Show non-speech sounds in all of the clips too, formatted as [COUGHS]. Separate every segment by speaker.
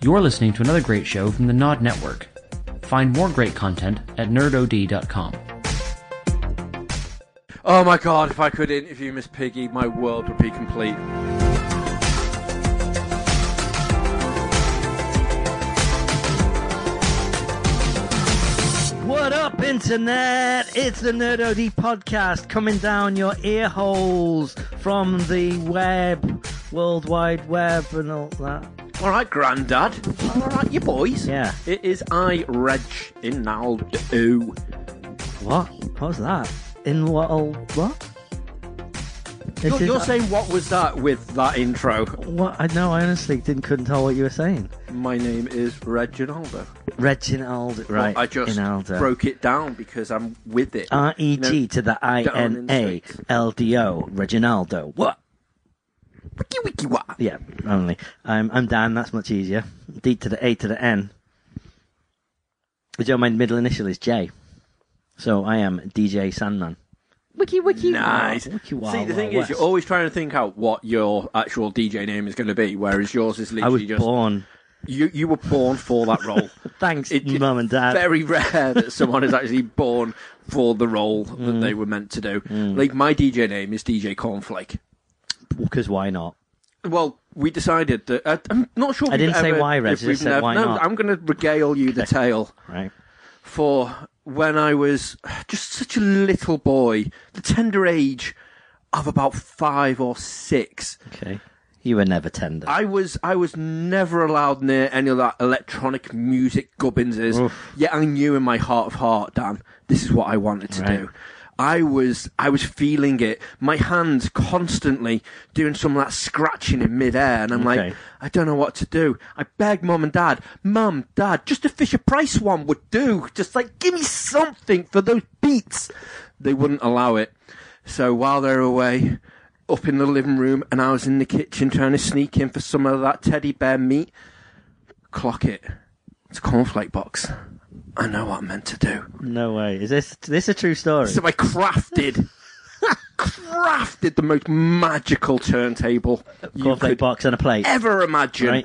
Speaker 1: You're listening to another great show from the Nod Network. Find more great content at nerdod.com.
Speaker 2: Oh my god, if I could interview Miss Piggy, my world would be complete.
Speaker 3: What up, internet? It's the Nerd OD podcast coming down your ear holes from the web, World Wide Web, and all that.
Speaker 2: Alright, Grandad. Alright, you boys.
Speaker 3: Yeah.
Speaker 2: It is I, Reg, in Nald Ooh.
Speaker 3: What? What was that? In what? all- What? It
Speaker 2: You're,
Speaker 3: did-
Speaker 2: you're saying what was that with that intro?
Speaker 3: What? I know. I honestly didn't couldn't tell what you were saying.
Speaker 2: My name is Reginaldo.
Speaker 3: Reginald, right?
Speaker 2: I just
Speaker 3: Inaldo.
Speaker 2: broke it down because I'm with it.
Speaker 3: R E
Speaker 2: You know,
Speaker 3: G to the I
Speaker 2: down in
Speaker 3: N
Speaker 2: the
Speaker 3: A
Speaker 2: States.
Speaker 3: L D O. Reginaldo. What?
Speaker 2: Wiki wiki wah.
Speaker 3: Yeah, only. I'm I'm Dan. That's much easier. D to the A to the N. Joe, my middle initial is J, so I am DJ Sandman. Oh, Wiki wiki.
Speaker 2: Nice.
Speaker 3: Wiki, wow,
Speaker 2: See, the
Speaker 3: wow,
Speaker 2: thing is,
Speaker 3: west.
Speaker 2: you're always trying to think out what your actual DJ name is going to be, whereas yours is
Speaker 3: I was
Speaker 2: literally just
Speaker 3: born.
Speaker 2: you. You were born for that
Speaker 3: [LAUGHS]
Speaker 2: role.
Speaker 3: Thanks,
Speaker 2: It- it-
Speaker 3: mum and dad.
Speaker 2: Very rare that someone is actually born for the role
Speaker 3: Mm.
Speaker 2: that they were meant to do. Like my DJ name is DJ Cornflake.
Speaker 3: Because why not?
Speaker 2: Well, we decided that uh, I'm not sure.
Speaker 3: I didn't
Speaker 2: we've
Speaker 3: say
Speaker 2: ever-
Speaker 3: why, Reg,
Speaker 2: if
Speaker 3: I
Speaker 2: we've
Speaker 3: just said
Speaker 2: never-
Speaker 3: why
Speaker 2: no,
Speaker 3: not.
Speaker 2: I'm going to regale you the tale
Speaker 3: Right.
Speaker 2: for when I was just such a little boy, the tender age of about five or six.
Speaker 3: Okay. You were never tender.
Speaker 2: I was I was never allowed near any of that electronic music gubbinses.
Speaker 3: Oof.
Speaker 2: Yet I knew in my heart of heart, Dan, this is what I wanted to
Speaker 3: Right.
Speaker 2: do. I was I was feeling it. My hands constantly doing some of that scratching in midair, and I'm
Speaker 3: Okay.
Speaker 2: like, I don't know what to do. I begged mum and dad, mum, dad, just a Fisher Price one would do. Just like give me something for those beats. They wouldn't allow it. So while they're away, up in the living room, and I was in the kitchen trying to sneak in for some of that teddy bear meat. Clock it. It's a cornflake box. I know what I'm meant to do.
Speaker 3: no way. Is this this a true story?
Speaker 2: So I crafted, [LAUGHS] crafted the most magical turntable you
Speaker 3: Cornflake
Speaker 2: could
Speaker 3: box and a plate.
Speaker 2: ever imagine. [SIGHS]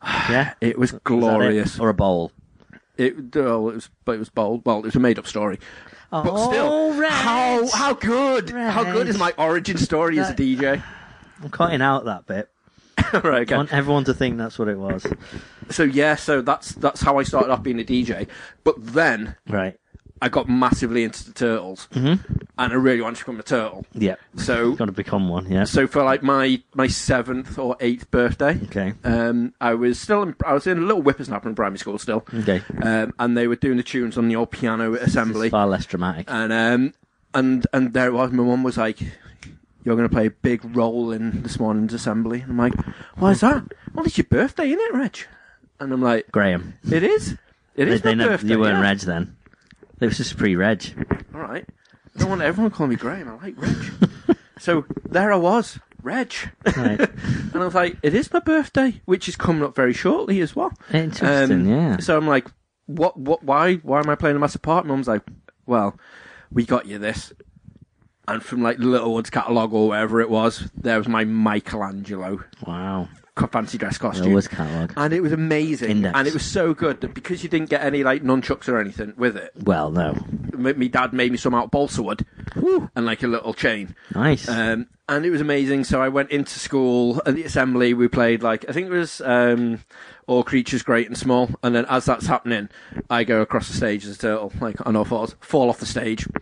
Speaker 3: Right. Yeah. Is
Speaker 2: It was
Speaker 3: that it?
Speaker 2: glorious.
Speaker 3: Or a bowl.
Speaker 2: It, oh, it was, but it was bold. Well, it was a made-up story. But
Speaker 3: Oh,
Speaker 2: still,
Speaker 3: Reg.
Speaker 2: how how good? How
Speaker 3: Reg.
Speaker 2: good is my origin story as a
Speaker 3: That-
Speaker 2: [LAUGHS] DJ?
Speaker 3: I'm cutting out that bit.
Speaker 2: right, okay.
Speaker 3: I want everyone to think that's what it was.
Speaker 2: So yeah, so that's that's how I started off being a DJ. But then
Speaker 3: Right.
Speaker 2: I got massively into the turtles,
Speaker 3: Mm-hmm.
Speaker 2: and I really wanted to become a turtle.
Speaker 3: Yep.
Speaker 2: So
Speaker 3: Got to become one. Yeah.
Speaker 2: so for like my my seventh or eighth birthday,
Speaker 3: Okay.
Speaker 2: um, I was still in, I was in a little whippersnapper in primary school still.
Speaker 3: Okay.
Speaker 2: um, and they were doing the tunes on the old piano at assembly.
Speaker 3: It's far less dramatic.
Speaker 2: and um, and and there it was. My mum was like, "You're going to play a big role in this morning's assembly." And I'm like, "Why's that? Well, it's your birthday, isn't it, Reg?" And I'm like,
Speaker 3: Graham.
Speaker 2: "It is. It
Speaker 3: They,
Speaker 2: is
Speaker 3: they
Speaker 2: my
Speaker 3: never,
Speaker 2: birthday."
Speaker 3: you weren't
Speaker 2: yeah.
Speaker 3: Reg then. It was just pre-Reg.
Speaker 2: All right. I don't want everyone calling me Graham. I like Reg.
Speaker 3: [LAUGHS]
Speaker 2: so there I was, Reg,
Speaker 3: Right.
Speaker 2: and I was like, "It is my birthday, which is coming up very shortly as well."
Speaker 3: [LAUGHS] Interesting. yeah.
Speaker 2: Um, So I'm like, what, what, why, why am I playing a massive part? Mum's like, well, we got you this. And from like Littlewood's catalogue or wherever it was, there was my Michelangelo
Speaker 3: Wow.
Speaker 2: co- fancy dress costume.
Speaker 3: It was catalog.
Speaker 2: and it was amazing.
Speaker 3: Index.
Speaker 2: And it was so good that because you didn't get any like nunchucks or anything with it,
Speaker 3: Well, no.
Speaker 2: my, my dad made me some out of balsa wood and like a little chain.
Speaker 3: Nice.
Speaker 2: Um, and it was amazing. So I went into school and the assembly. We played like I think it was um, all creatures great and small. And then as that's happening, I go across the stage as a turtle, like on all fours, fall off the stage. [LAUGHS]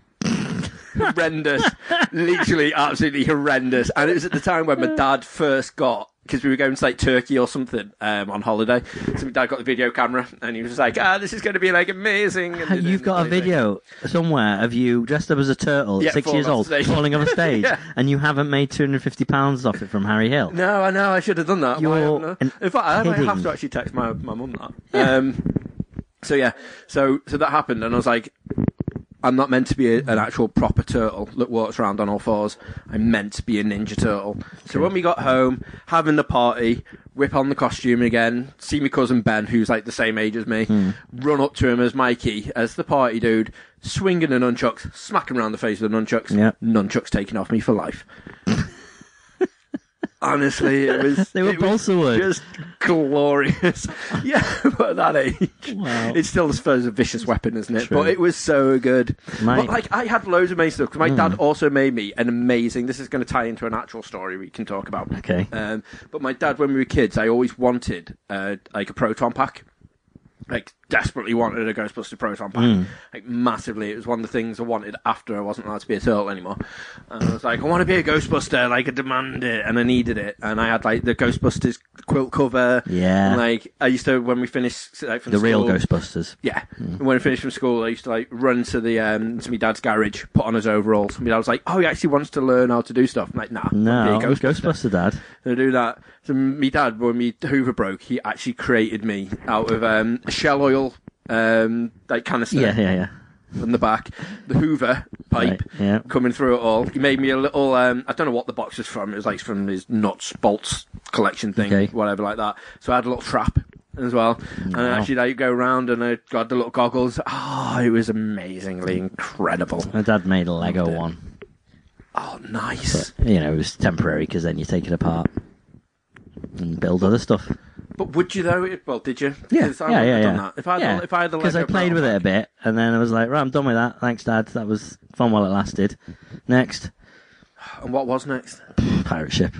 Speaker 2: horrendous, literally, absolutely horrendous. And it was at the time when my dad first got. Because we were going to like Turkey or something um, on holiday, so my dad got the video camera and he was just like, "Ah, this is going to be like amazing." And it didn't
Speaker 3: You've got a
Speaker 2: really make-
Speaker 3: video somewhere of you dressed up as a turtle,
Speaker 2: Yeah,
Speaker 3: at six
Speaker 2: falling
Speaker 3: years
Speaker 2: off
Speaker 3: old,
Speaker 2: the stage.
Speaker 3: falling
Speaker 2: [LAUGHS]
Speaker 3: off a stage,
Speaker 2: Yeah.
Speaker 3: and you haven't made two hundred fifty pounds off it from Harry Hill.
Speaker 2: No, I know. I should have done that. Why
Speaker 3: You're
Speaker 2: haven't I?
Speaker 3: an
Speaker 2: In fact, I might have
Speaker 3: kidding.
Speaker 2: to actually text my my mum that. Um, so yeah, so so that happened, and I was like, I'm not meant to be a, an actual proper turtle that walks around on all fours. I'm meant to be a ninja turtle. So when we got home, having the party, whip on the costume again, see my cousin Ben, who's like the same age as me,
Speaker 3: Hmm.
Speaker 2: run up to him as Mikey, as the party dude, swinging the nunchucks, smacking around the face with the nunchucks,
Speaker 3: Yeah.
Speaker 2: nunchucks taken off me for life. honestly, it was.
Speaker 3: [LAUGHS] They were
Speaker 2: it was
Speaker 3: both the word.
Speaker 2: Just glorious. [LAUGHS] yeah, but at that age,
Speaker 3: Wow.
Speaker 2: it's still, I suppose, a vicious weapon, isn't it?
Speaker 3: True.
Speaker 2: But it was so good.
Speaker 3: My-
Speaker 2: But like, I had loads of amazing stuff 'cause my dad
Speaker 3: Hmm.
Speaker 2: also made me an amazing. This is going to tie into an actual story we can talk about.
Speaker 3: Okay.
Speaker 2: Um, but my dad, when we were kids, I always wanted uh, like a proton pack. Like desperately wanted a Ghostbuster proton pack,
Speaker 3: Mm.
Speaker 2: like massively. It was one of the things I wanted after I wasn't allowed to be a turtle anymore. And I was like, I want to be a Ghostbuster, like I demand it, and I needed it. And I had like the Ghostbusters quilt cover.
Speaker 3: Yeah.
Speaker 2: And, like I used to when we finished like, from
Speaker 3: The real Mm.
Speaker 2: school-
Speaker 3: Ghostbusters.
Speaker 2: yeah. When I finished from school, I used to like run to the um, to my dad's garage, put on his overalls. And my dad was like, "Oh, he actually wants to learn how to do stuff." I'm like, "Nah, I'm
Speaker 3: No,
Speaker 2: gonna be a Ghostbuster."
Speaker 3: Ghostbuster Dad.
Speaker 2: So I do that. So my dad, when me Hoover broke, he actually created me out of um, a shell oil um, like canister
Speaker 3: Yeah, yeah, yeah.
Speaker 2: from the back, the Hoover pipe
Speaker 3: Right, yeah.
Speaker 2: coming through it all. He made me a little. Um, I don't know what the box was from. It was like from his nuts bolts collection thing,
Speaker 3: Okay.
Speaker 2: whatever like that. So I had a little trap as well, and I actually like go round and I got the little goggles. Oh, it was amazingly incredible.
Speaker 3: My dad made a Lego one.
Speaker 2: Oh, nice.
Speaker 3: You know, it was temporary because then you take it apart and build other stuff.
Speaker 2: But would you though? It- Well, did you? 'Cause I
Speaker 3: yeah,
Speaker 2: wouldn't
Speaker 3: yeah,
Speaker 2: have
Speaker 3: yeah.
Speaker 2: done that. If I had,
Speaker 3: yeah.
Speaker 2: the- if I had the
Speaker 3: because I
Speaker 2: Lego
Speaker 3: played
Speaker 2: Batman-
Speaker 3: with it a bit, and then I was like, right, I'm done with that. Thanks, Dad. That was fun while it lasted. Next,
Speaker 2: And what was next?
Speaker 3: pirate ship.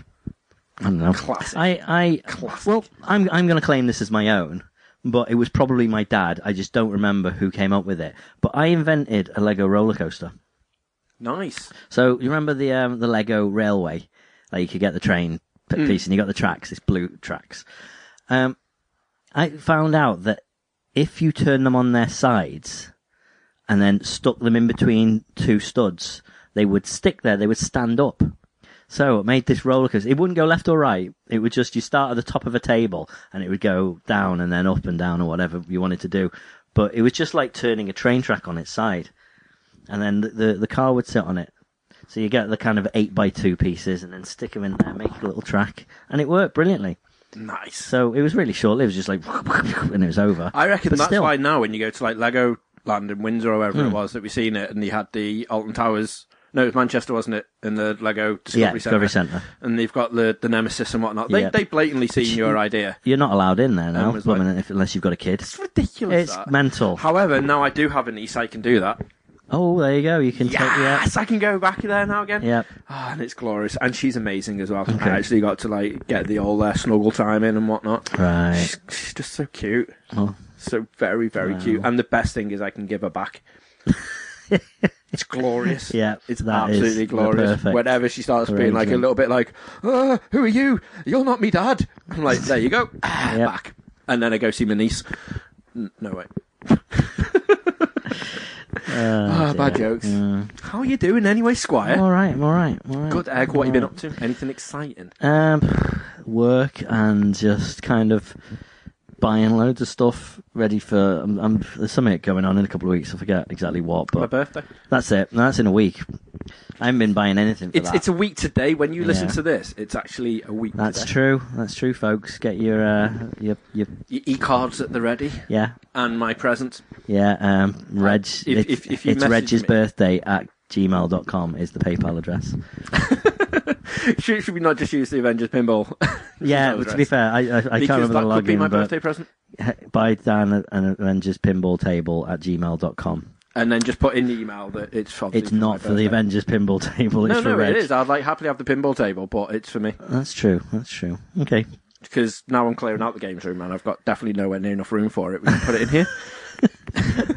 Speaker 3: I don't know.
Speaker 2: Classic.
Speaker 3: I, I,
Speaker 2: Classic.
Speaker 3: well, I'm, I'm going to claim this as my own, but it was probably my dad. I just don't remember who came up with it. But I invented a Lego roller coaster.
Speaker 2: Nice.
Speaker 3: So you remember the um, the Lego railway? Like you could get the train p- piece, and you got the tracks, this blue tracks. Um, I found out that if you turn them on their sides and then stuck them in between two studs, they would stick there. They would stand up. So it made this roller coaster. It wouldn't go left or right. It would just you start at the top of a table and it would go down and then up and down or whatever you wanted to do. But it was just like turning a train track on its side, and then the the, the car would sit on it. So you get the kind of eight by two pieces and then stick them in there, make a little track, and it worked brilliantly.
Speaker 2: Nice.
Speaker 3: So it was really short lived, just like [LAUGHS] and it was over.
Speaker 2: I reckon
Speaker 3: But
Speaker 2: that's
Speaker 3: still, Hmm.
Speaker 2: why now when you go to like Lego Land in Windsor or wherever it was that we seen it, and they had the Alton Towers. No, it was Manchester, wasn't it? In the Lego Discovery,
Speaker 3: Yeah,
Speaker 2: Centre.
Speaker 3: Discovery Centre.
Speaker 2: and they've got the, the Nemesis and whatnot. They
Speaker 3: Yeah.
Speaker 2: they blatantly seen your idea.
Speaker 3: You're not allowed in there now,
Speaker 2: Um, it's like-
Speaker 3: women, if, unless you've got a kid.
Speaker 2: It's ridiculous.
Speaker 3: It's
Speaker 2: that.
Speaker 3: mental.
Speaker 2: However, now I do have a niece, I can do that.
Speaker 3: Oh, there you go. You can take yeah.
Speaker 2: Yes, I can go back there now again.
Speaker 3: Yep.
Speaker 2: Ah, and it's glorious, and she's amazing as well.
Speaker 3: Okay.
Speaker 2: I actually got to like get the old uh, snuggle time in and whatnot.
Speaker 3: Right.
Speaker 2: She's, she's just so cute.
Speaker 3: Well,
Speaker 2: So very, very cute. And the best thing is I can give her
Speaker 3: [LAUGHS]
Speaker 2: back. it's glorious.
Speaker 3: Yeah,
Speaker 2: It's
Speaker 3: that is
Speaker 2: absolutely glorious.
Speaker 3: perfect
Speaker 2: Whenever she starts being like a
Speaker 3: arrangement.
Speaker 2: little bit like, "Ah, who are you? You're not me dad. I'm like, there you
Speaker 3: [LAUGHS]
Speaker 2: go. Ah,
Speaker 3: Yep.
Speaker 2: Back. And then I go see my niece. N- No way.
Speaker 3: Oh,
Speaker 2: Ah, bad jokes. How are you doing anyway, Squire?
Speaker 3: I'm all right. I'm all right. I'm all right.
Speaker 2: Good egg. What have you been up to? Anything exciting?
Speaker 3: Um, work and just kind of buying loads of stuff ready for. I'm, I'm, there's something going on in a couple of weeks. I forget exactly what,
Speaker 2: My
Speaker 3: but
Speaker 2: birthday.
Speaker 3: that's it. No, that's in a week. I haven't been buying anything for
Speaker 2: It's
Speaker 3: that.
Speaker 2: it's a week today. When you listen
Speaker 3: Yeah.
Speaker 2: to this, it's actually a week.
Speaker 3: that's
Speaker 2: today.
Speaker 3: true. That's true, folks. Get your uh, your your
Speaker 2: Your e cards at the ready,
Speaker 3: yeah
Speaker 2: and my present.
Speaker 3: yeah. Um, Reg.
Speaker 2: If-
Speaker 3: it's
Speaker 2: if- if you
Speaker 3: it's
Speaker 2: message
Speaker 3: Reg's
Speaker 2: me-
Speaker 3: birthday at gmail.com is the PayPal address.
Speaker 2: [LAUGHS] [LAUGHS] should, should we not just use the Avengers pinball?
Speaker 3: Yeah,
Speaker 2: Email
Speaker 3: but to be
Speaker 2: address?
Speaker 3: fair, I, I, I can't
Speaker 2: because
Speaker 3: remember
Speaker 2: that
Speaker 3: the
Speaker 2: could be
Speaker 3: login,
Speaker 2: my
Speaker 3: but
Speaker 2: birthday present.
Speaker 3: buy Dan an Avengers pinball table at gmail.com.
Speaker 2: And then just put in the email that it's for.
Speaker 3: It's
Speaker 2: my
Speaker 3: not for the
Speaker 2: birthday.
Speaker 3: Avengers pinball table.
Speaker 2: [LAUGHS]
Speaker 3: It's
Speaker 2: No,
Speaker 3: for
Speaker 2: no,
Speaker 3: Reg.
Speaker 2: it is. I'd like happily have the pinball table, but it's for me
Speaker 3: That's true. That's true. Okay.
Speaker 2: because now I'm clearing out the games room, and I've got definitely nowhere near enough room for it. We can put it in
Speaker 3: [LAUGHS]
Speaker 2: here.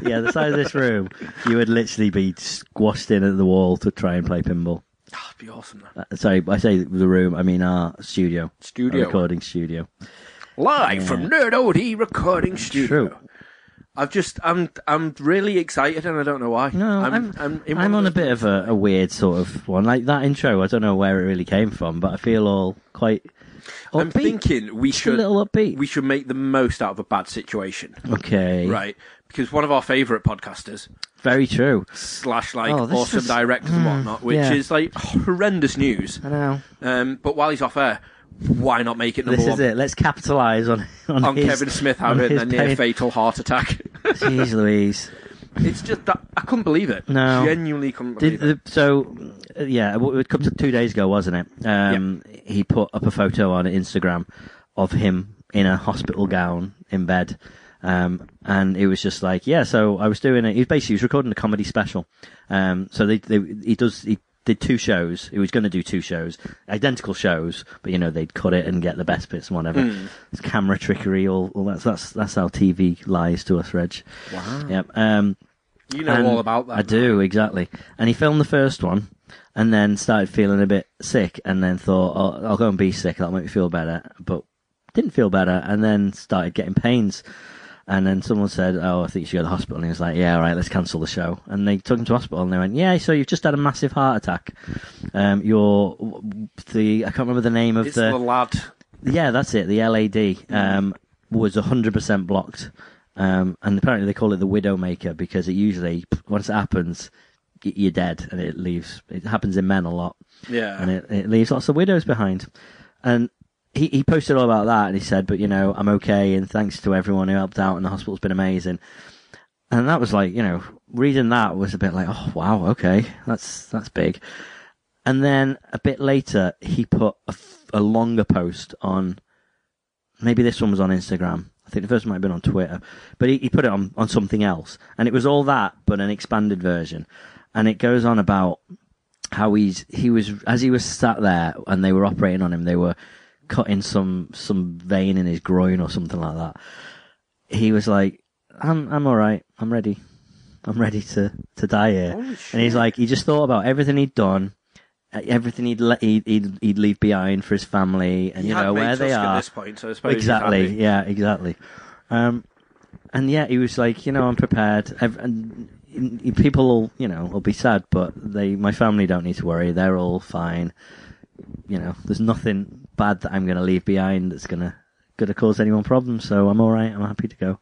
Speaker 3: Yeah, the size of this room, you would literally be squashed in at the wall to try and play pinball.
Speaker 2: That'd Ah, be awesome. Though.
Speaker 3: Uh, Sorry, I say the room. I mean our studio, Our
Speaker 2: Studio.
Speaker 3: recording studio.
Speaker 2: Live from Nerd OD Recording Studio.
Speaker 3: True.
Speaker 2: I've just I'm I'm really excited, and I don't know why.
Speaker 3: No,
Speaker 2: I'm
Speaker 3: I'm
Speaker 2: I'm,
Speaker 3: I'm,
Speaker 2: in one
Speaker 3: on a
Speaker 2: of those-
Speaker 3: bit of a, a weird sort of one. Like that intro, I don't know where it really came from, but I feel all quite upbeat.
Speaker 2: I'm thinking we
Speaker 3: a
Speaker 2: should
Speaker 3: little upbeat.
Speaker 2: we should make the most out of a bad situation.
Speaker 3: okay.
Speaker 2: Right. Because one of our favourite podcasters,
Speaker 3: Very true.
Speaker 2: slash like
Speaker 3: Oh, this
Speaker 2: awesome
Speaker 3: was-
Speaker 2: directors and whatnot, which
Speaker 3: yeah. Uh,
Speaker 2: is like horrendous news.
Speaker 3: I know.
Speaker 2: Um, but while he's off air, why not make it number
Speaker 3: This
Speaker 2: one
Speaker 3: is it. Let's capitalise on on,
Speaker 2: on
Speaker 3: his-
Speaker 2: Kevin Smith
Speaker 3: on
Speaker 2: having
Speaker 3: his
Speaker 2: a near
Speaker 3: pain.
Speaker 2: fatal heart attack? [LAUGHS]
Speaker 3: Jeez Louise.
Speaker 2: it's just that I couldn't believe it.
Speaker 3: No.
Speaker 2: Genuinely couldn't believe
Speaker 3: Did
Speaker 2: it.
Speaker 3: the, so uh, yeah, it would come to two days ago, wasn't it? Um, He put up a photo on Instagram of him in a hospital gown in bed. Um, and it was just like, yeah, so I was doing it. He was basically, he was recording a comedy special. Um, so they, they, he does, he did two shows. He was going to do two shows, identical shows, but you know, they'd cut it and get the best bits and whatever. It's camera trickery, all, all that. So that's, that's how TV lies to us, Reg. Wow. Yep. Um,
Speaker 2: You know
Speaker 3: and
Speaker 2: all about that.
Speaker 3: I do exactly. And he filmed the first one, and then started feeling a bit sick, and then thought, oh, "I'll go and be sick. That'll make me feel better." But didn't feel better, and then started getting pains. And then someone said, "Oh, I think you should go to the hospital." And he was like, "Yeah, all right, let's cancel the show." And they took him to hospital, and they went, "Yeah, so you've just had a massive heart attack. Um, you're the I can't remember the name of
Speaker 2: It's the, lad.
Speaker 3: yeah, that's it. The LAD um, was 100% blocked. Um, and apparently they call it the Widowmaker because it usually, once it happens, y- you're dead and it leaves. It happens in men a lot.
Speaker 2: Yeah.
Speaker 3: And it, it leaves lots of widows behind. And he, he posted all about that and he said, but you know, I'm okay and thanks to everyone who helped out and the hospital's been amazing. And that was like, you know, reading that was a bit like, oh wow, okay, that's, that's big. And then a bit later, he put a, f- a longer post on, maybe this one was on Instagram. I think the first one might have been on Twitter, but he, he put it on, on something else. And it was all that, but an expanded version. And it goes on about how he's, he was, as he was sat there and they were operating on him, they were cutting some, some vein in his groin or something like that. He was like, I'm, I'm alright. I'm ready. I'm ready to, to die here. And he's like, he just thought about everything he'd done e-, everything he'd, le- he'd he'd he'd leave behind for his family and
Speaker 2: He
Speaker 3: you
Speaker 2: had
Speaker 3: know
Speaker 2: made
Speaker 3: where they
Speaker 2: Tusk
Speaker 3: are
Speaker 2: at this point, so I suppose he's
Speaker 3: exactly
Speaker 2: happy.
Speaker 3: yeah exactly um and yeah he was like you know i'm prepared Ev- and y- people will you know will be sad but they my family don't need to worry they're all fine you know there's nothing bad that i'm going to leave behind that's going to going to cause anyone problems so i'm all right i'm happy to go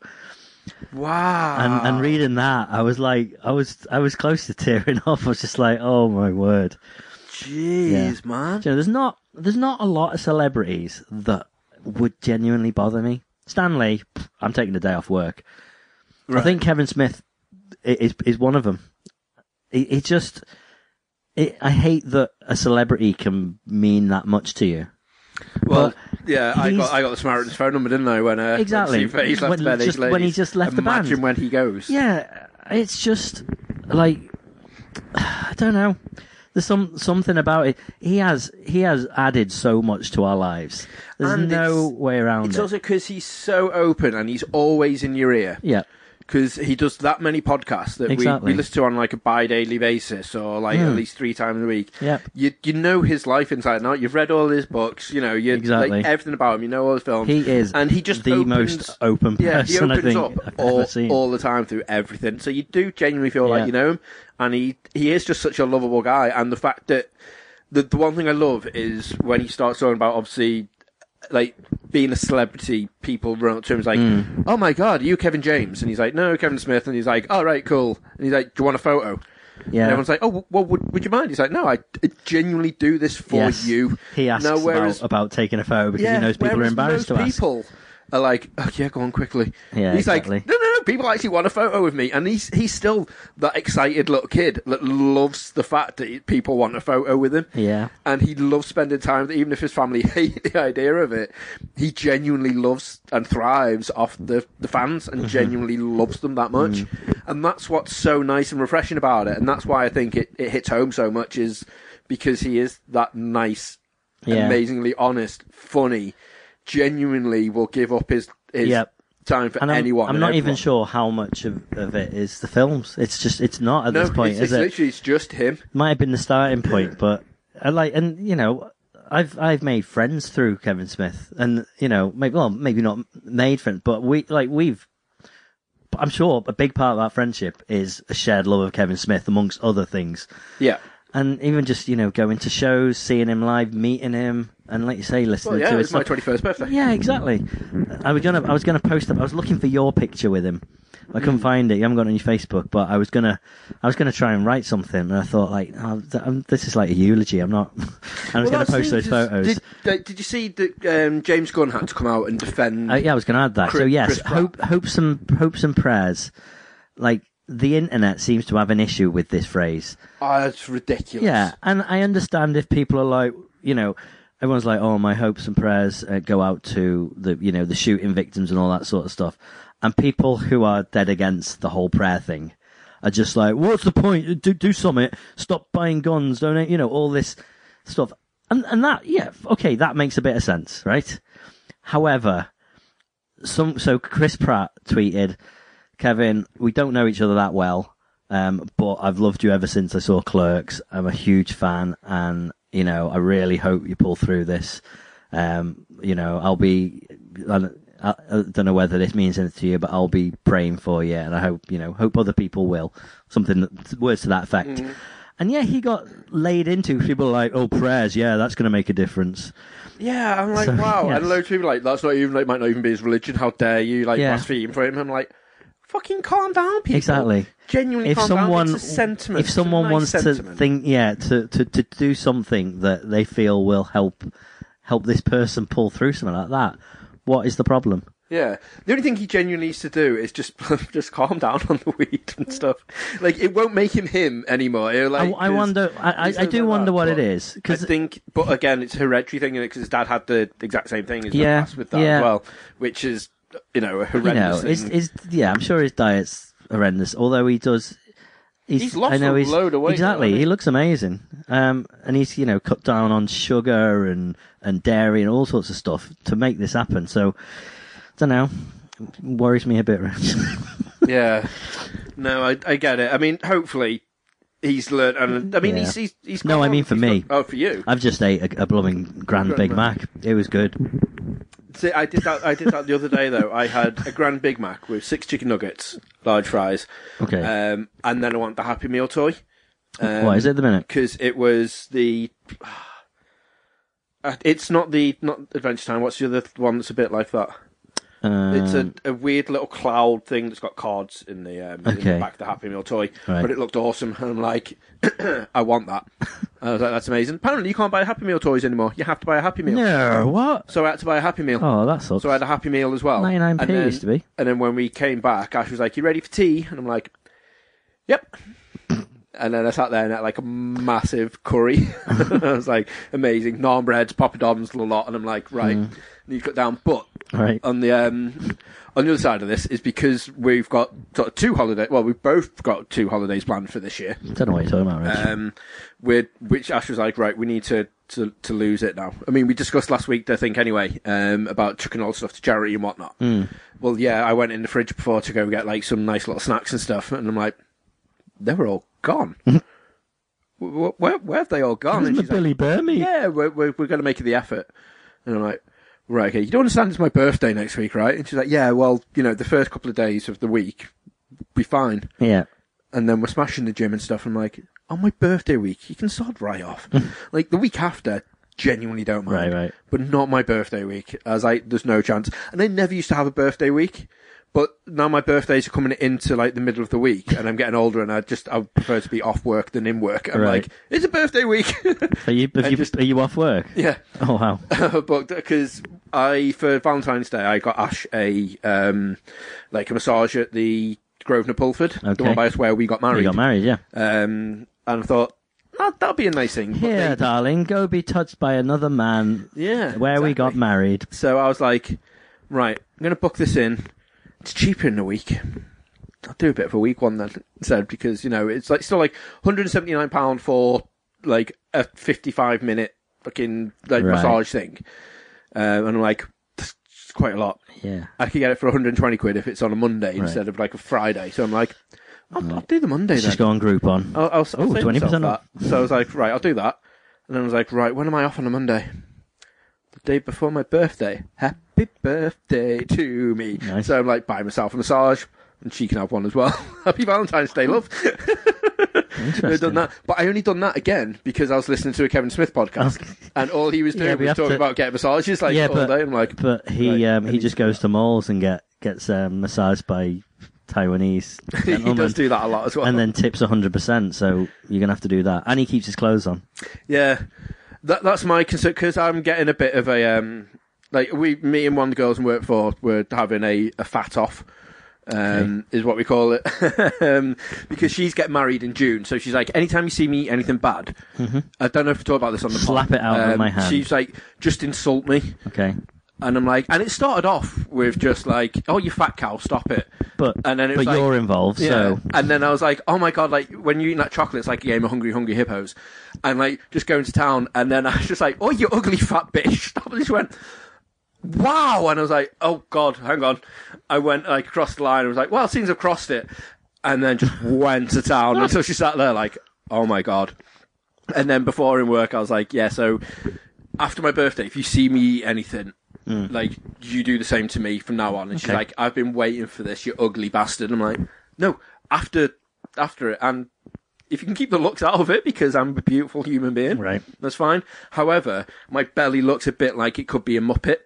Speaker 2: Wow.
Speaker 3: and and reading that i was like i was i was close to tearing [LAUGHS] up i was just like oh my word
Speaker 2: Jeez,
Speaker 3: Yeah.
Speaker 2: man.
Speaker 3: Do you know, there's not there's not a lot of celebrities that would genuinely bother me. Stanley, I'm taking the day off work. I
Speaker 2: Right.
Speaker 3: think Kevin Smith i- is is one of them. It, it just, it, I hate that a celebrity can mean that much to you.
Speaker 2: Well,
Speaker 3: But
Speaker 2: yeah, I
Speaker 3: he's-
Speaker 2: got I got the Samaritan's phone number, didn't I? When uh, when
Speaker 3: Exactly.
Speaker 2: Steve Hayes left
Speaker 3: When he
Speaker 2: Bad Age
Speaker 3: just- when he
Speaker 2: Ladies.
Speaker 3: just left the band.
Speaker 2: Imagine when he goes.
Speaker 3: Yeah, it's just like [SIGHS] I don't know. There's some something about it. He has he has added so much to our lives. There's
Speaker 2: And
Speaker 3: no
Speaker 2: it's-
Speaker 3: way around
Speaker 2: It's
Speaker 3: it.
Speaker 2: also because he's so open and he's always in your ear.
Speaker 3: yeah.
Speaker 2: Because he does that many podcasts that we,
Speaker 3: Exactly. Hmm.
Speaker 2: we listen to on like a bi-daily basis or like at least three times a week.
Speaker 3: Yep.
Speaker 2: You you know his life inside and out. You've read all his books. You know you
Speaker 3: Exactly.
Speaker 2: like, everything about him. You know all his films.
Speaker 3: He is
Speaker 2: and he just
Speaker 3: the
Speaker 2: opens-
Speaker 3: most open
Speaker 2: Yeah, he
Speaker 3: person I
Speaker 2: opens
Speaker 3: think
Speaker 2: up
Speaker 3: I've
Speaker 2: all,
Speaker 3: ever seen.
Speaker 2: all the time through everything. So you do genuinely feel
Speaker 3: Yeah.
Speaker 2: like you know him, and he he is just such a lovable guy. And the fact that the the one thing I love is when he starts talking about obviously like being a celebrity, people run up to him and is like,
Speaker 3: Mm.
Speaker 2: "Oh my god, are you Kevin James?" And he's like, "No, Kevin Smith." And he's like, "All right, cool." And he's like, "Do you want a photo?" And
Speaker 3: Yeah.
Speaker 2: everyone's like, "Oh, well, would, would you mind?" He's like, "No, I I genuinely do this for
Speaker 3: Yes.
Speaker 2: you."
Speaker 3: He asks
Speaker 2: now,
Speaker 3: about, about taking a photo because he knows people are
Speaker 2: whereas
Speaker 3: embarrassed
Speaker 2: most
Speaker 3: to ask.
Speaker 2: people are like, oh, yeah, go on quickly.
Speaker 3: Yeah,
Speaker 2: he's
Speaker 3: exactly.
Speaker 2: like, no, no, no, people actually want a photo with me. And he's, he's still that excited little kid that loves the fact that people want a photo with him.
Speaker 3: Yeah.
Speaker 2: And he loves spending time, with it, even if his family [LAUGHS] hate the idea of it, he genuinely loves and thrives off the, the fans
Speaker 3: Mm-hmm.
Speaker 2: and genuinely loves them that much.
Speaker 3: Mm.
Speaker 2: And that's what's so nice and refreshing about it. And that's why I think it, it hits home so much is because he is that nice
Speaker 3: Yeah.
Speaker 2: amazingly honest, funny, genuinely will give up his his
Speaker 3: Yep.
Speaker 2: time for
Speaker 3: And I'm,
Speaker 2: anyone.
Speaker 3: I'm
Speaker 2: and
Speaker 3: not even
Speaker 2: everyone.
Speaker 3: sure how much of, of it is the films. It's just it's not at
Speaker 2: No,
Speaker 3: this point,
Speaker 2: it's, it's
Speaker 3: is it?
Speaker 2: literally it's just him.
Speaker 3: Might have been the starting point, but I like and you know. I've I've made friends through Kevin Smith, and you know, maybe well, maybe not made friends, but we like we've. I'm sure a big part of our friendship is a shared love of Kevin Smith, amongst other things.
Speaker 2: Yeah.
Speaker 3: and even just you know going to shows, seeing him live, meeting him, and like you say, listening
Speaker 2: Well, yeah,
Speaker 3: to
Speaker 2: it
Speaker 3: his
Speaker 2: was my
Speaker 3: stuff.
Speaker 2: twenty first birthday.
Speaker 3: Yeah, exactly. I was gonna, I was gonna post up. I was looking for your picture with him. I
Speaker 2: Mm.
Speaker 3: couldn't find it. You haven't got it on your Facebook, but I was gonna, I was gonna try and write something, and I thought like, oh, th- um, this is like a eulogy. I'm not. [LAUGHS] I
Speaker 2: Well,
Speaker 3: was gonna
Speaker 2: that's the thing,
Speaker 3: post those
Speaker 2: just-
Speaker 3: photos.
Speaker 2: Did, like, did you see that um, James Gunn had to come out and defend?
Speaker 3: Uh, yeah, I was going to add that. so
Speaker 2: Chris-
Speaker 3: yes,
Speaker 2: Chris Pratt.
Speaker 3: hope, hopes and hopes and prayers. Like the internet seems to have an issue with this phrase.
Speaker 2: Oh, that's ridiculous.
Speaker 3: Yeah, and I understand if people are like, you know, everyone's like, oh, my hopes and prayers uh, go out to the, you know, the shooting victims and all that sort of stuff. And people who are dead against the whole prayer thing are just like, what's the point? Do do something. Stop buying guns. Donate. You know, all this stuff. And and that, yeah, okay, that makes a bit of sense, right? However, some so Chris Pratt tweeted, Kevin, we don't know each other that well, um, but I've loved you ever since I saw Clerks. I'm a huge fan, and you know I really hope you pull through this. Um, you know I'll be. I don't- I I don't know whether this means anything to you, but I'll be praying for you, and I hope you know. Hope other people will. Something that- words to that effect. And yeah, he got laid into. People were like, "Oh, prayers, yeah, that's going to make a difference."
Speaker 2: Yeah, I'm like,
Speaker 3: So,
Speaker 2: wow.
Speaker 3: yes.
Speaker 2: And loads of people are like, that's not even, like, might not even be his religion. How dare you, like,
Speaker 3: Yeah.
Speaker 2: blaspheme for him? I'm like, fucking calm down, people.
Speaker 3: Exactly.
Speaker 2: Genuinely
Speaker 3: if
Speaker 2: calm
Speaker 3: someone
Speaker 2: down. It's a sentiment.
Speaker 3: if
Speaker 2: It's a
Speaker 3: someone
Speaker 2: nice
Speaker 3: wants to
Speaker 2: sentiment.
Speaker 3: think yeah to, to, to do something that they feel will help help this person pull through something like that what is the problem
Speaker 2: Yeah, the only thing he genuinely needs to do is just [LAUGHS] just calm down on the weed and stuff. Like it won't make him him anymore. It'll,
Speaker 3: I-
Speaker 2: like,
Speaker 3: I
Speaker 2: 'cause
Speaker 3: wonder- I- I-
Speaker 2: he's
Speaker 3: I do
Speaker 2: like
Speaker 3: wonder what it
Speaker 2: but
Speaker 3: is, 'cause-
Speaker 2: I think, but again, it's a hereditary thing because his dad had the exact same thing. As
Speaker 3: Yeah,
Speaker 2: yeah, with that
Speaker 3: yeah.
Speaker 2: as well, which is you know a
Speaker 3: you
Speaker 2: horrendous
Speaker 3: know is,
Speaker 2: thing.
Speaker 3: is yeah i'm sure his diet's horrendous although he does he's,
Speaker 2: He's lost
Speaker 3: I know
Speaker 2: a
Speaker 3: he's,
Speaker 2: load of weight,
Speaker 3: exactly
Speaker 2: hasn't he?
Speaker 3: he looks amazing um and he's you know cut down on sugar and and dairy and all sorts of stuff to make this happen so don't know worries me a bit [LAUGHS]
Speaker 2: yeah, no, I, I get it. I mean, hopefully he's learned. And I mean,
Speaker 3: Yeah.
Speaker 2: he's, he's he's
Speaker 3: No,
Speaker 2: gone
Speaker 3: I
Speaker 2: on-
Speaker 3: mean for
Speaker 2: he's
Speaker 3: me.
Speaker 2: gone- oh, for you.
Speaker 3: I've just ate a, a blooming grand Big Mac. It was good.
Speaker 2: See, I did that. I did that the other day though. I had a grand Big Mac with six chicken nuggets, large fries.
Speaker 3: Okay.
Speaker 2: Um, and then I want the Happy Meal toy. Um,
Speaker 3: what is it at the minute?
Speaker 2: Because it was the. [SIGHS] Uh, It's not the not Adventure Time. What's the other th- one that's a bit like that?
Speaker 3: Um,
Speaker 2: It's a, a weird little cloud thing that's got cards in the, um, in
Speaker 3: Okay.
Speaker 2: the back of the Happy Meal toy.
Speaker 3: Right.
Speaker 2: But it looked awesome, and I'm like, [COUGHS] I want that.
Speaker 3: [LAUGHS]
Speaker 2: I was like, that's amazing. Apparently, you can't buy Happy Meal toys anymore. You have to buy a Happy Meal.
Speaker 3: no. What?
Speaker 2: So I had to buy a Happy Meal.
Speaker 3: Oh, that sucks.
Speaker 2: So I had a happy meal as well.
Speaker 3: 99p
Speaker 2: And then-
Speaker 3: used to be.
Speaker 2: And then when we came back, Ash was like, "You ready for tea?" And I'm like, "Yep." And then I sat there and had like a massive curry. [LAUGHS] I was like, "Amazing, naan breads, poppadoms, a lot." And I'm like, "Right,
Speaker 3: Mm.
Speaker 2: need to cut down." But
Speaker 3: All right.
Speaker 2: on the um, on the other side of this is because we've got sort of two holiday. Well, we've both got two holidays planned for this year.
Speaker 3: Don't know what you're talking about, Rich.
Speaker 2: Um, we're, which Ash was like, right, we need to, to, to lose it now. I mean, we discussed last week, I think, anyway, um, about chucking all stuff to charity and whatnot. Well, yeah, I went in the fridge before to go get like some nice little snacks and stuff, and I'm like, they were all gone. where, where, where have they all gone? And
Speaker 3: Isn't
Speaker 2: she's
Speaker 3: it
Speaker 2: like,
Speaker 3: Billy Burmy?
Speaker 2: yeah, we're, we're, we're going to make the effort. And I'm like, right, okay, you don't understand it's my birthday next week, right? And she's like, yeah, well, you know, the first couple of days of the week, be fine
Speaker 3: Yeah.
Speaker 2: and then we're smashing the gym and stuff. I'm like, on my birthday week, you can sod right off. like the week after, genuinely don't mind.
Speaker 3: Hmm. Right, right.
Speaker 2: But not my birthday week. As I, was like, there's no chance. And I never used to have a birthday week. But now my birthdays are coming into like the middle of the week, and I'm getting older, and I just I prefer to be off work than in work. I'm
Speaker 3: Right.
Speaker 2: like, it's a birthday week. [LAUGHS]
Speaker 3: Are you? Have
Speaker 2: I
Speaker 3: you
Speaker 2: just-
Speaker 3: are you off work?
Speaker 2: yeah,
Speaker 3: Oh
Speaker 2: [LAUGHS]
Speaker 3: wow.
Speaker 2: but because I for Valentine's Day I got Ash a um like a massage at the Grosvenor Pulford, the
Speaker 3: Okay.
Speaker 2: one by us where we got married.
Speaker 3: You got
Speaker 2: [LAUGHS]
Speaker 3: married, yeah.
Speaker 2: Um, and I thought that that'd be a nice thing. but
Speaker 3: Here,
Speaker 2: they-
Speaker 3: darling, go be touched by another man.
Speaker 2: yeah,
Speaker 3: Where we got
Speaker 2: exactly.
Speaker 3: married.
Speaker 2: So I was like, right, I'm gonna book this in. It's cheaper in a week. I'll do a bit of a week one then instead because you know it's like still like 179 pound for like a 55 minute fucking like
Speaker 3: Right.
Speaker 2: massage thing, um, and I'm like, that's quite a lot.
Speaker 3: Yeah.
Speaker 2: I could get it for 120 quid if it's on a Monday
Speaker 3: Right.
Speaker 2: instead of like a Friday. So I'm like, I'll, I'll do the Monday.
Speaker 3: Let's
Speaker 2: then.
Speaker 3: just go on Groupon.
Speaker 2: I'll, I'll, I'll
Speaker 3: Ooh,
Speaker 2: save
Speaker 3: 20%
Speaker 2: myself
Speaker 3: off.
Speaker 2: that. So I was like, right, I'll do that. And then I was like, right, when am I off on a Monday? The day before my birthday. Happy birthday to me.
Speaker 3: Nice.
Speaker 2: So I'm like, buy myself a massage. And she can have one as well. [LAUGHS] Happy Valentine's Day,
Speaker 3: [LAUGHS]
Speaker 2: love. I've
Speaker 3: Interesting.
Speaker 2: done that, but I only done that again because I was listening to a Kevin Smith podcast,
Speaker 3: Okay.
Speaker 2: and all he was
Speaker 3: Yeah,
Speaker 2: doing
Speaker 3: we
Speaker 2: was
Speaker 3: have
Speaker 2: talking
Speaker 3: to-
Speaker 2: about getting massages like
Speaker 3: Yeah,
Speaker 2: all
Speaker 3: but-
Speaker 2: day. I'm like, [LAUGHS]
Speaker 3: But he
Speaker 2: Right,
Speaker 3: um,
Speaker 2: I
Speaker 3: he
Speaker 2: need
Speaker 3: just
Speaker 2: to do
Speaker 3: goes to malls and get gets um, massaged by Taiwanese
Speaker 2: [LAUGHS] he
Speaker 3: gentlemen.
Speaker 2: does do that a lot as well.
Speaker 3: and
Speaker 2: [LAUGHS]
Speaker 3: then tips 100%, so you're going to have to do that. And he keeps his clothes on.
Speaker 2: Yeah, that that's my concern because I'm getting a bit of a um like we me and one of the girls we work for were having a, a fat off um, is what we call it, [LAUGHS] um, because she's getting married in June. So she's like, anytime you see me eat anything bad, I don't know if we talk about this on the
Speaker 3: Mm-hmm. Slap
Speaker 2: pod, Um,
Speaker 3: it out of my hand.
Speaker 2: She's like, just insult me,
Speaker 3: Okay.
Speaker 2: and I'm like, and it started off with just like, oh, you fat cow, stop it.
Speaker 3: But
Speaker 2: And then it
Speaker 3: but
Speaker 2: was like-
Speaker 3: you're involved, so
Speaker 2: And then I was like, oh my god, like when you eat that chocolate, it's like a game of hungry, hungry hippos. And like just going to town and then I was just like, Oh you ugly fat bitch. [LAUGHS] I just went Wow and I was like, Oh god, hang on. I went like across the line and was like, Well, it seems I've crossed it and then just went to town until she sat there like, Oh my god. And then before in work I was like, Yeah, so after my birthday, if you see me eat anything like you do the same to me from now on. And she's
Speaker 3: Hmm. Okay.
Speaker 2: like, I've been waiting for this, you ugly bastard. I'm like, no, after after it, and if you can keep the looks out of it, because I'm a beautiful human being,
Speaker 3: Right.
Speaker 2: That's fine. However, my belly looks a bit like it could be a muppet.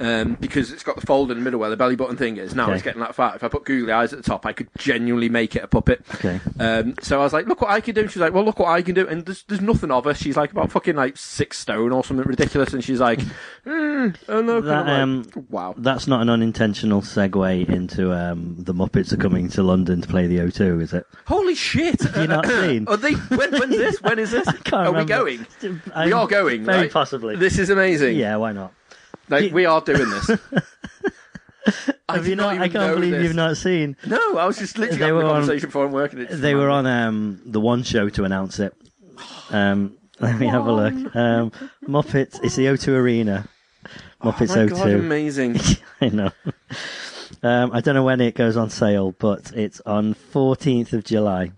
Speaker 2: Um, because it's got the fold in the middle where the belly button thing is. Now
Speaker 3: Okay.
Speaker 2: it's getting that fat. If I put googly eyes at the top, I could genuinely make it a puppet.
Speaker 3: Okay.
Speaker 2: Um, so I was like, look what I can do. She's like, well, look what I can do. And there's, there's nothing of her. She's like about fucking like six stone or something ridiculous. And she's
Speaker 3: [LAUGHS]
Speaker 2: like, mm, oh no,
Speaker 3: That,
Speaker 2: I'm like,
Speaker 3: um,
Speaker 2: wow.
Speaker 3: that's not an unintentional segue into um, the Muppets are coming to London to play the O2, is it?
Speaker 2: Holy shit! Uh,
Speaker 3: you not
Speaker 2: [COUGHS]
Speaker 3: seen?
Speaker 2: Are they, when, when's this? When is this?
Speaker 3: [LAUGHS] I can't
Speaker 2: are we
Speaker 3: remember.
Speaker 2: going?
Speaker 3: I'm-
Speaker 2: we are going.
Speaker 3: Very
Speaker 2: like,
Speaker 3: possibly.
Speaker 2: This is amazing.
Speaker 3: yeah, why not?
Speaker 2: Like we are doing
Speaker 3: [LAUGHS]
Speaker 2: this. I
Speaker 3: Have
Speaker 2: did
Speaker 3: you not? I
Speaker 2: even
Speaker 3: can't
Speaker 2: know
Speaker 3: believe
Speaker 2: this.
Speaker 3: you've not seen.
Speaker 2: No, I was just literally
Speaker 3: They
Speaker 2: having a
Speaker 3: were on-
Speaker 2: conversation before I'm working. It just
Speaker 3: They were
Speaker 2: reminded
Speaker 3: on um, the one show to announce it. Um, let me have a look. Um, Muppets. It's the O2 Arena. Muppets
Speaker 2: me. Oh my god,
Speaker 3: O2. [LAUGHS]
Speaker 2: amazing!
Speaker 3: I know. Um, I don't know when it goes on sale, but it's on 14th of July.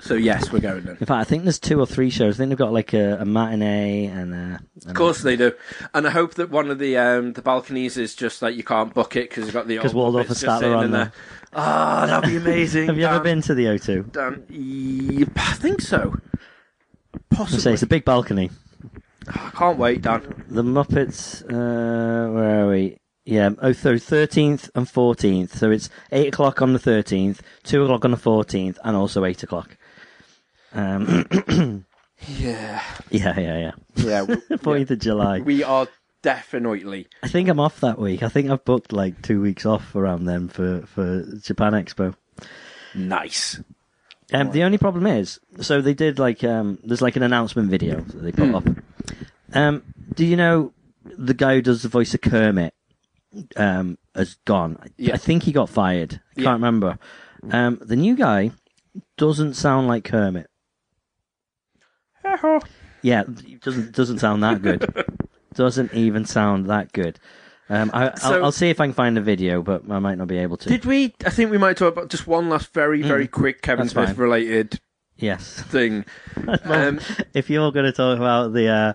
Speaker 2: So yes, we're going then.
Speaker 3: In fact, I think there's two or three shows. I think they've got like a, a matinee and a.
Speaker 2: Of course they do, and I hope that one of the um, the balconies is just like you can't book it because you've got the
Speaker 3: Because
Speaker 2: old
Speaker 3: Waldorf
Speaker 2: puppets
Speaker 3: and
Speaker 2: just
Speaker 3: Statler are
Speaker 2: sitting
Speaker 3: on
Speaker 2: in
Speaker 3: there.
Speaker 2: Ah, that'd
Speaker 3: [LAUGHS]
Speaker 2: be amazing.
Speaker 3: Have you ever
Speaker 2: Dan-
Speaker 3: been to the O2?
Speaker 2: Dan, yep, I think so.
Speaker 3: I say
Speaker 2: Possibly.
Speaker 3: it's a big balcony.
Speaker 2: I can't wait, Dan.
Speaker 3: The Muppets. Uh, where are we? Yeah, oh, so 13th and 14th. So it's 8 o'clock on the 13th, 2 o'clock on the 14th, and also 8 o'clock. Um, [CLEARS THROAT]
Speaker 2: Yeah.
Speaker 3: yeah, yeah, yeah. [LAUGHS]
Speaker 2: Yeah. w-
Speaker 3: 14th of July.
Speaker 2: We are definitely.
Speaker 3: I think I'm off that week. I think I've booked like two weeks off around then for, for Japan Expo.
Speaker 2: Nice.
Speaker 3: Um, the only problem is, so they did like um, there's like an announcement video that they
Speaker 2: Hmm.
Speaker 3: put up. Um, do you know the guy who does the voice of Kermit um, has gone? I-
Speaker 2: Yeah.
Speaker 3: I think he got fired. I
Speaker 2: Yeah.
Speaker 3: can't remember. Um, the new guy doesn't sound like Kermit. Yeah, it doesn't doesn't sound
Speaker 2: [LAUGHS]
Speaker 3: that good. doesn't even sound that good. Um, I, I'll,
Speaker 2: So-
Speaker 3: I'll see if I can find a video, but I might not be able to.
Speaker 2: Did we? I think we might talk about just one last very, very quick Kevin
Speaker 3: Mm. that's
Speaker 2: Smith
Speaker 3: fine.
Speaker 2: related
Speaker 3: yes. [LAUGHS]
Speaker 2: thing. um,
Speaker 3: if you're going to talk about the uh,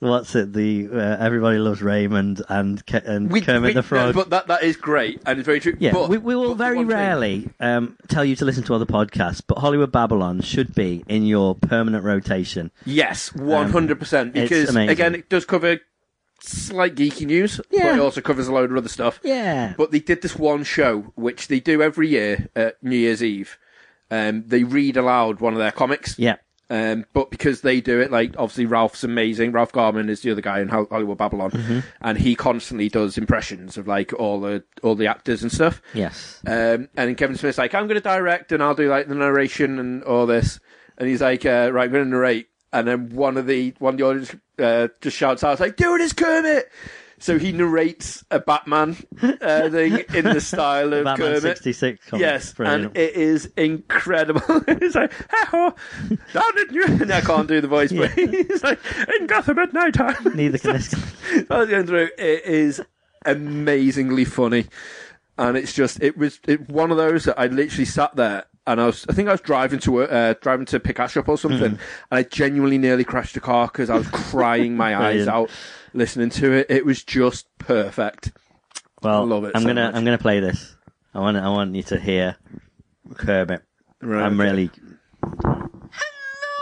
Speaker 3: what's it the uh, everybody loves Raymond and Ke- and
Speaker 2: we,
Speaker 3: Kermit
Speaker 2: we-
Speaker 3: the Frog.
Speaker 2: But that, that is great and it's very true.
Speaker 3: yeah,
Speaker 2: but,
Speaker 3: we, we
Speaker 2: but
Speaker 3: will
Speaker 2: the
Speaker 3: very
Speaker 2: one thing-
Speaker 3: rarely um, tell you to listen to other podcasts, but Hollywood Babylon should be in your permanent rotation.
Speaker 2: Yes, one hundred percent.
Speaker 3: Um, it's
Speaker 2: Because
Speaker 3: amazing.
Speaker 2: again, it does cover slight geeky news, but
Speaker 3: Yeah.
Speaker 2: it also covers a load of other stuff.
Speaker 3: Yeah,
Speaker 2: But they did this one show which they do every year at New Year's Eve. Um, they read aloud one of their comics.
Speaker 3: yeah,
Speaker 2: Um, but because they do it, like obviously Ralph's amazing. Ralph Garman is the other guy in Hol- Hollywood Babylon,
Speaker 3: Mm-hmm.
Speaker 2: and he constantly does impressions of like all the all the actors and stuff.
Speaker 3: yes.
Speaker 2: Um, and Kevin Smith's like, I'm going to direct and I'll do like the narration and all this. And he's like, uh, right, I'm going to narrate. And then one of the one of the audience uh, just shouts out, like, "Do it, it's Kermit!" So he narrates a Batman uh,
Speaker 3: [LAUGHS]
Speaker 2: thing in the style of
Speaker 3: Batman
Speaker 2: Kermit.
Speaker 3: sixty six.
Speaker 2: Yes,
Speaker 3: brilliant.
Speaker 2: and it is incredible. [LAUGHS] it's like, "Ha-ha, down in [LAUGHS] New-" and I can't do the voice, but [LAUGHS] he's like, in Gotham at night time.
Speaker 3: Neither can
Speaker 2: [LAUGHS]
Speaker 3: this. [LAUGHS]
Speaker 2: I was going through. It is amazingly funny, and it's just it was it, one of those that I literally sat there and I was I think I was driving to uh, driving to pick Ash up or
Speaker 3: Mm-hmm.
Speaker 2: something, and I genuinely nearly crashed the car because I was crying my eyes
Speaker 3: Brilliant.
Speaker 2: out listening to it. It was just perfect.
Speaker 3: Well,
Speaker 2: love it
Speaker 3: I'm
Speaker 2: so
Speaker 3: gonna
Speaker 2: much.
Speaker 3: I'm gonna play this. I want I want you to hear Kermit.
Speaker 2: Right,
Speaker 3: I'm
Speaker 2: okay.
Speaker 3: really.
Speaker 4: Hello,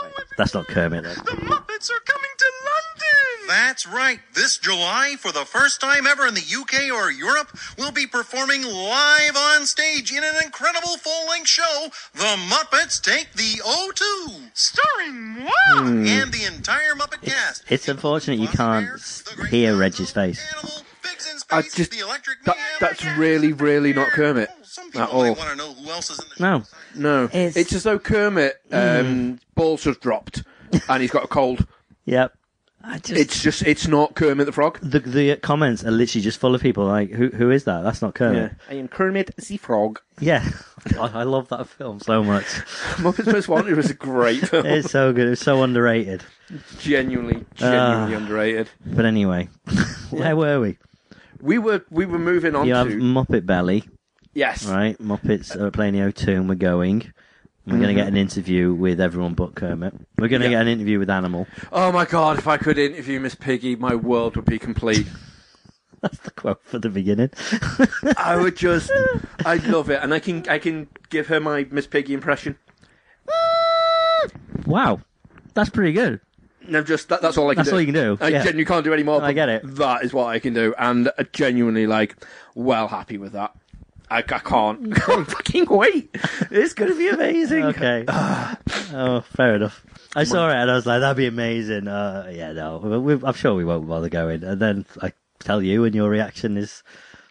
Speaker 4: everyone.
Speaker 3: That's not Kermit. Though.
Speaker 4: The Muppets are coming to London.
Speaker 5: That's right. This July, for the first time ever in the UK or Europe, we'll be performing live on stage in an incredible full length show, The Muppets Take the O2.
Speaker 4: Starring moi.
Speaker 3: Hmm.
Speaker 5: And the entire Muppet cast.
Speaker 3: It's unfortunate you can't s- hear Reg's face.
Speaker 5: Animal, pigs and
Speaker 2: I
Speaker 5: Space,
Speaker 2: just-
Speaker 5: the electric
Speaker 2: that-
Speaker 5: mayhem,
Speaker 2: that's
Speaker 5: yeah,
Speaker 2: really,
Speaker 5: it's
Speaker 2: really
Speaker 5: there.
Speaker 2: not Kermit
Speaker 5: Oh, Some
Speaker 2: at
Speaker 5: people
Speaker 2: all.
Speaker 5: want to know who else is in the
Speaker 3: No.
Speaker 2: No,
Speaker 3: It's-
Speaker 2: it's, as though Kermit
Speaker 3: Mm.
Speaker 2: um, balls have dropped and he's got a cold.
Speaker 3: Yep. I just
Speaker 2: It's just it's not Kermit the Frog.
Speaker 3: the the comments are literally just full of people like who who is that? That's not Kermit.
Speaker 2: I am Kermit the Frog.
Speaker 3: Yeah. God, [LAUGHS] I love that film so much.
Speaker 2: Muppets Most Wanted was a great film.
Speaker 3: [LAUGHS] It's so good. It's so underrated.
Speaker 2: genuinely,
Speaker 3: Ah.
Speaker 2: genuinely underrated.
Speaker 3: But anyway, [LAUGHS] where were we?
Speaker 2: We were we were moving on
Speaker 3: You have
Speaker 2: to
Speaker 3: Muppet Belly,
Speaker 2: yes.
Speaker 3: right? Muppets are playing the O2 and we're going. We're going to get an interview with everyone but Kermit. We're going to
Speaker 2: Yeah.
Speaker 3: get an interview with Animal. [LAUGHS]
Speaker 2: Oh my god! If I could interview Miss Piggy, my world would be complete.
Speaker 3: That's the quote for the beginning. [LAUGHS]
Speaker 2: I would just, I love it, and I can I can give her my Miss Piggy impression.
Speaker 3: wow. That's pretty good.
Speaker 2: No, just that, that's all I can
Speaker 3: That's
Speaker 2: do.
Speaker 3: all you can do,
Speaker 2: I
Speaker 3: yeah.
Speaker 2: genuinely can't do any more.
Speaker 3: I
Speaker 2: but
Speaker 3: get it.
Speaker 2: That is what I can do, and I genuinely like, well happy with that. I, I can't, [LAUGHS] can't fucking wait. It's gonna be amazing.
Speaker 3: Okay. [SIGHS] oh, fair enough. I saw it and I was like, that'd be amazing. Uh, yeah, no. We, we- I'm sure we won't bother going. And then I tell you, and your reaction is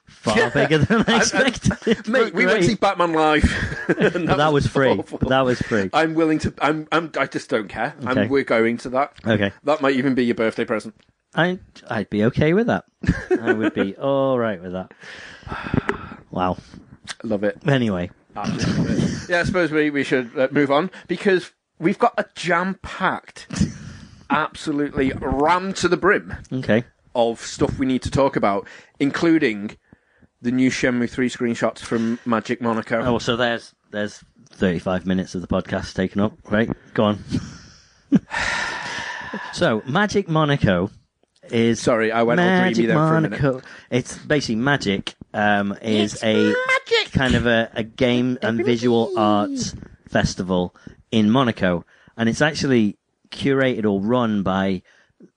Speaker 3: far
Speaker 2: Yeah.
Speaker 3: bigger than I
Speaker 2: [LAUGHS] I-
Speaker 3: expected.
Speaker 2: [LAUGHS] Mate, we went to see Batman Live. [LAUGHS] and
Speaker 3: [LAUGHS] But that was free.
Speaker 2: [LAUGHS] awful.
Speaker 3: But that was free.
Speaker 2: I'm willing to. I'm. I'm I just don't care.
Speaker 3: Okay.
Speaker 2: I'm, we're going to that.
Speaker 3: Okay.
Speaker 2: That might even be your birthday present.
Speaker 3: I, I'd be okay with that. I would
Speaker 2: [LAUGHS]
Speaker 3: be all right with that. Wow.
Speaker 2: Love it.
Speaker 3: Anyway,
Speaker 2: Ah, yeah, I suppose we, we should uh, move on because we've got a jam packed, absolutely rammed to the brim
Speaker 3: okay.
Speaker 2: of stuff we need to talk about, including the new Shenmue 3 screenshots from Magic Monaco.
Speaker 3: Oh, so there's there's 35 minutes of the podcast taken up. Right,
Speaker 2: [SIGHS]
Speaker 3: go on. so, Magic Monaco is
Speaker 2: Sorry, I went all dreamy
Speaker 3: Magic
Speaker 2: then for a minute.
Speaker 3: Monaco. It's basically Magic. Um, is a kind of a, a game and visual arts festival in Monaco, and it's actually curated or run by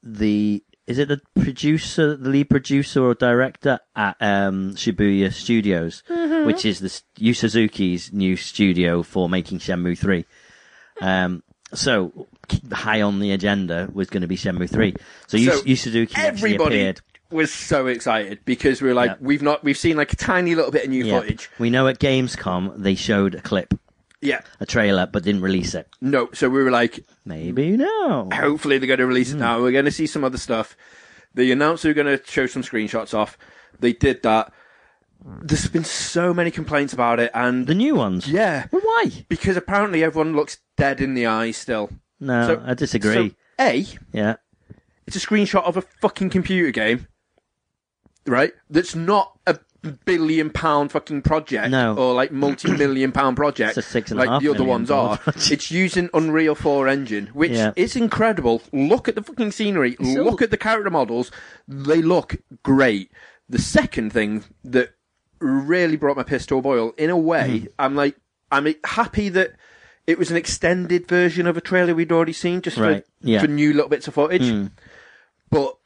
Speaker 3: the is it the producer, the lead producer or director at um, Shibuya Studios,
Speaker 2: Mm-hmm.
Speaker 3: which is the Yu Suzuki's new studio for making Shenmue three. Um, so high on the agenda was going to be Shenmue three. So, Yu,
Speaker 2: So,
Speaker 3: Yu Suzuki actually
Speaker 2: Everybody
Speaker 3: appeared.
Speaker 2: was so excited because we were like,
Speaker 3: Yeah.
Speaker 2: we've not, we've seen like a tiny little bit of new
Speaker 3: Yeah.
Speaker 2: footage.
Speaker 3: We know at Gamescom they showed a clip,
Speaker 2: Yeah.
Speaker 3: a trailer, but didn't release it.
Speaker 2: No, so we were like,
Speaker 3: Maybe no.
Speaker 2: hopefully they're going to release it now. We're going to see some other stuff. They announced they were going to show some screenshots off. They did that. There's been so many complaints about it, and
Speaker 3: The new ones.
Speaker 2: yeah,
Speaker 3: But why?
Speaker 2: because apparently everyone looks dead in the eye still.
Speaker 3: No,
Speaker 2: So-
Speaker 3: I disagree.
Speaker 2: So, a,
Speaker 3: yeah.
Speaker 2: it's a screenshot of a fucking computer game, right? That's not a billion pound fucking project
Speaker 3: No.
Speaker 2: or like multi-million pound project
Speaker 3: It's a six and a
Speaker 2: like
Speaker 3: half
Speaker 2: the other
Speaker 3: million
Speaker 2: ones
Speaker 3: pound
Speaker 2: are
Speaker 3: project.
Speaker 2: it's using unreal 4 engine which
Speaker 3: Yeah.
Speaker 2: is incredible look at the fucking scenery look at the character models they look great the second thing that really brought my piss to a boil in a way
Speaker 3: Mm.
Speaker 2: i'm like i'm happy that it was an extended version of a trailer we'd already seen just
Speaker 3: Right,
Speaker 2: for,
Speaker 3: yeah. Hmm.
Speaker 2: for new little bits of footage but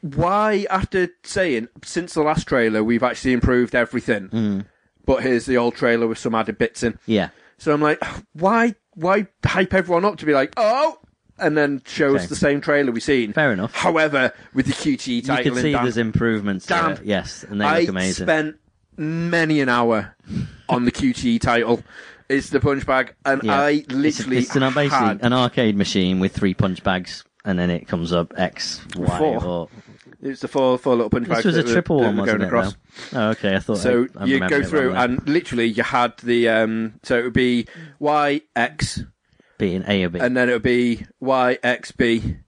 Speaker 2: why, after saying since the last trailer, we've actually improved everything,
Speaker 3: Hmm.
Speaker 2: but here's the old trailer with some added bits in.
Speaker 3: Yeah.
Speaker 2: So I'm like, why, why hype everyone up to be like, oh, and then shows
Speaker 3: Okay.
Speaker 2: the same trailer we've seen.
Speaker 3: Fair enough.
Speaker 2: However, with the QTE
Speaker 3: You
Speaker 2: title,
Speaker 3: can
Speaker 2: in
Speaker 3: see
Speaker 2: Dan-
Speaker 3: there's improvements. To
Speaker 2: Damn.
Speaker 3: it. Yes, and they
Speaker 2: I
Speaker 3: look amazing.
Speaker 2: spent many an hour on the QTE title. It's the punch bag, and
Speaker 3: Yeah.
Speaker 2: I
Speaker 3: It's-
Speaker 2: literally
Speaker 3: it's, an, basically
Speaker 2: had
Speaker 3: an arcade machine with three punch bags, and then it comes up X, Y,
Speaker 2: Four.
Speaker 3: or
Speaker 2: it's the four four little punch
Speaker 3: this
Speaker 2: bags.
Speaker 3: was a
Speaker 2: that were-
Speaker 3: triple
Speaker 2: that
Speaker 3: one,
Speaker 2: were
Speaker 3: wasn't
Speaker 2: going
Speaker 3: it?
Speaker 2: across.
Speaker 3: though? Oh, okay, I thought.
Speaker 2: So
Speaker 3: I, I'm
Speaker 2: you
Speaker 3: remembering
Speaker 2: go
Speaker 3: it
Speaker 2: through,
Speaker 3: wrong there.
Speaker 2: and literally you had the um. So it would be Y X,
Speaker 3: being A or B.
Speaker 2: and then it would be Y X B,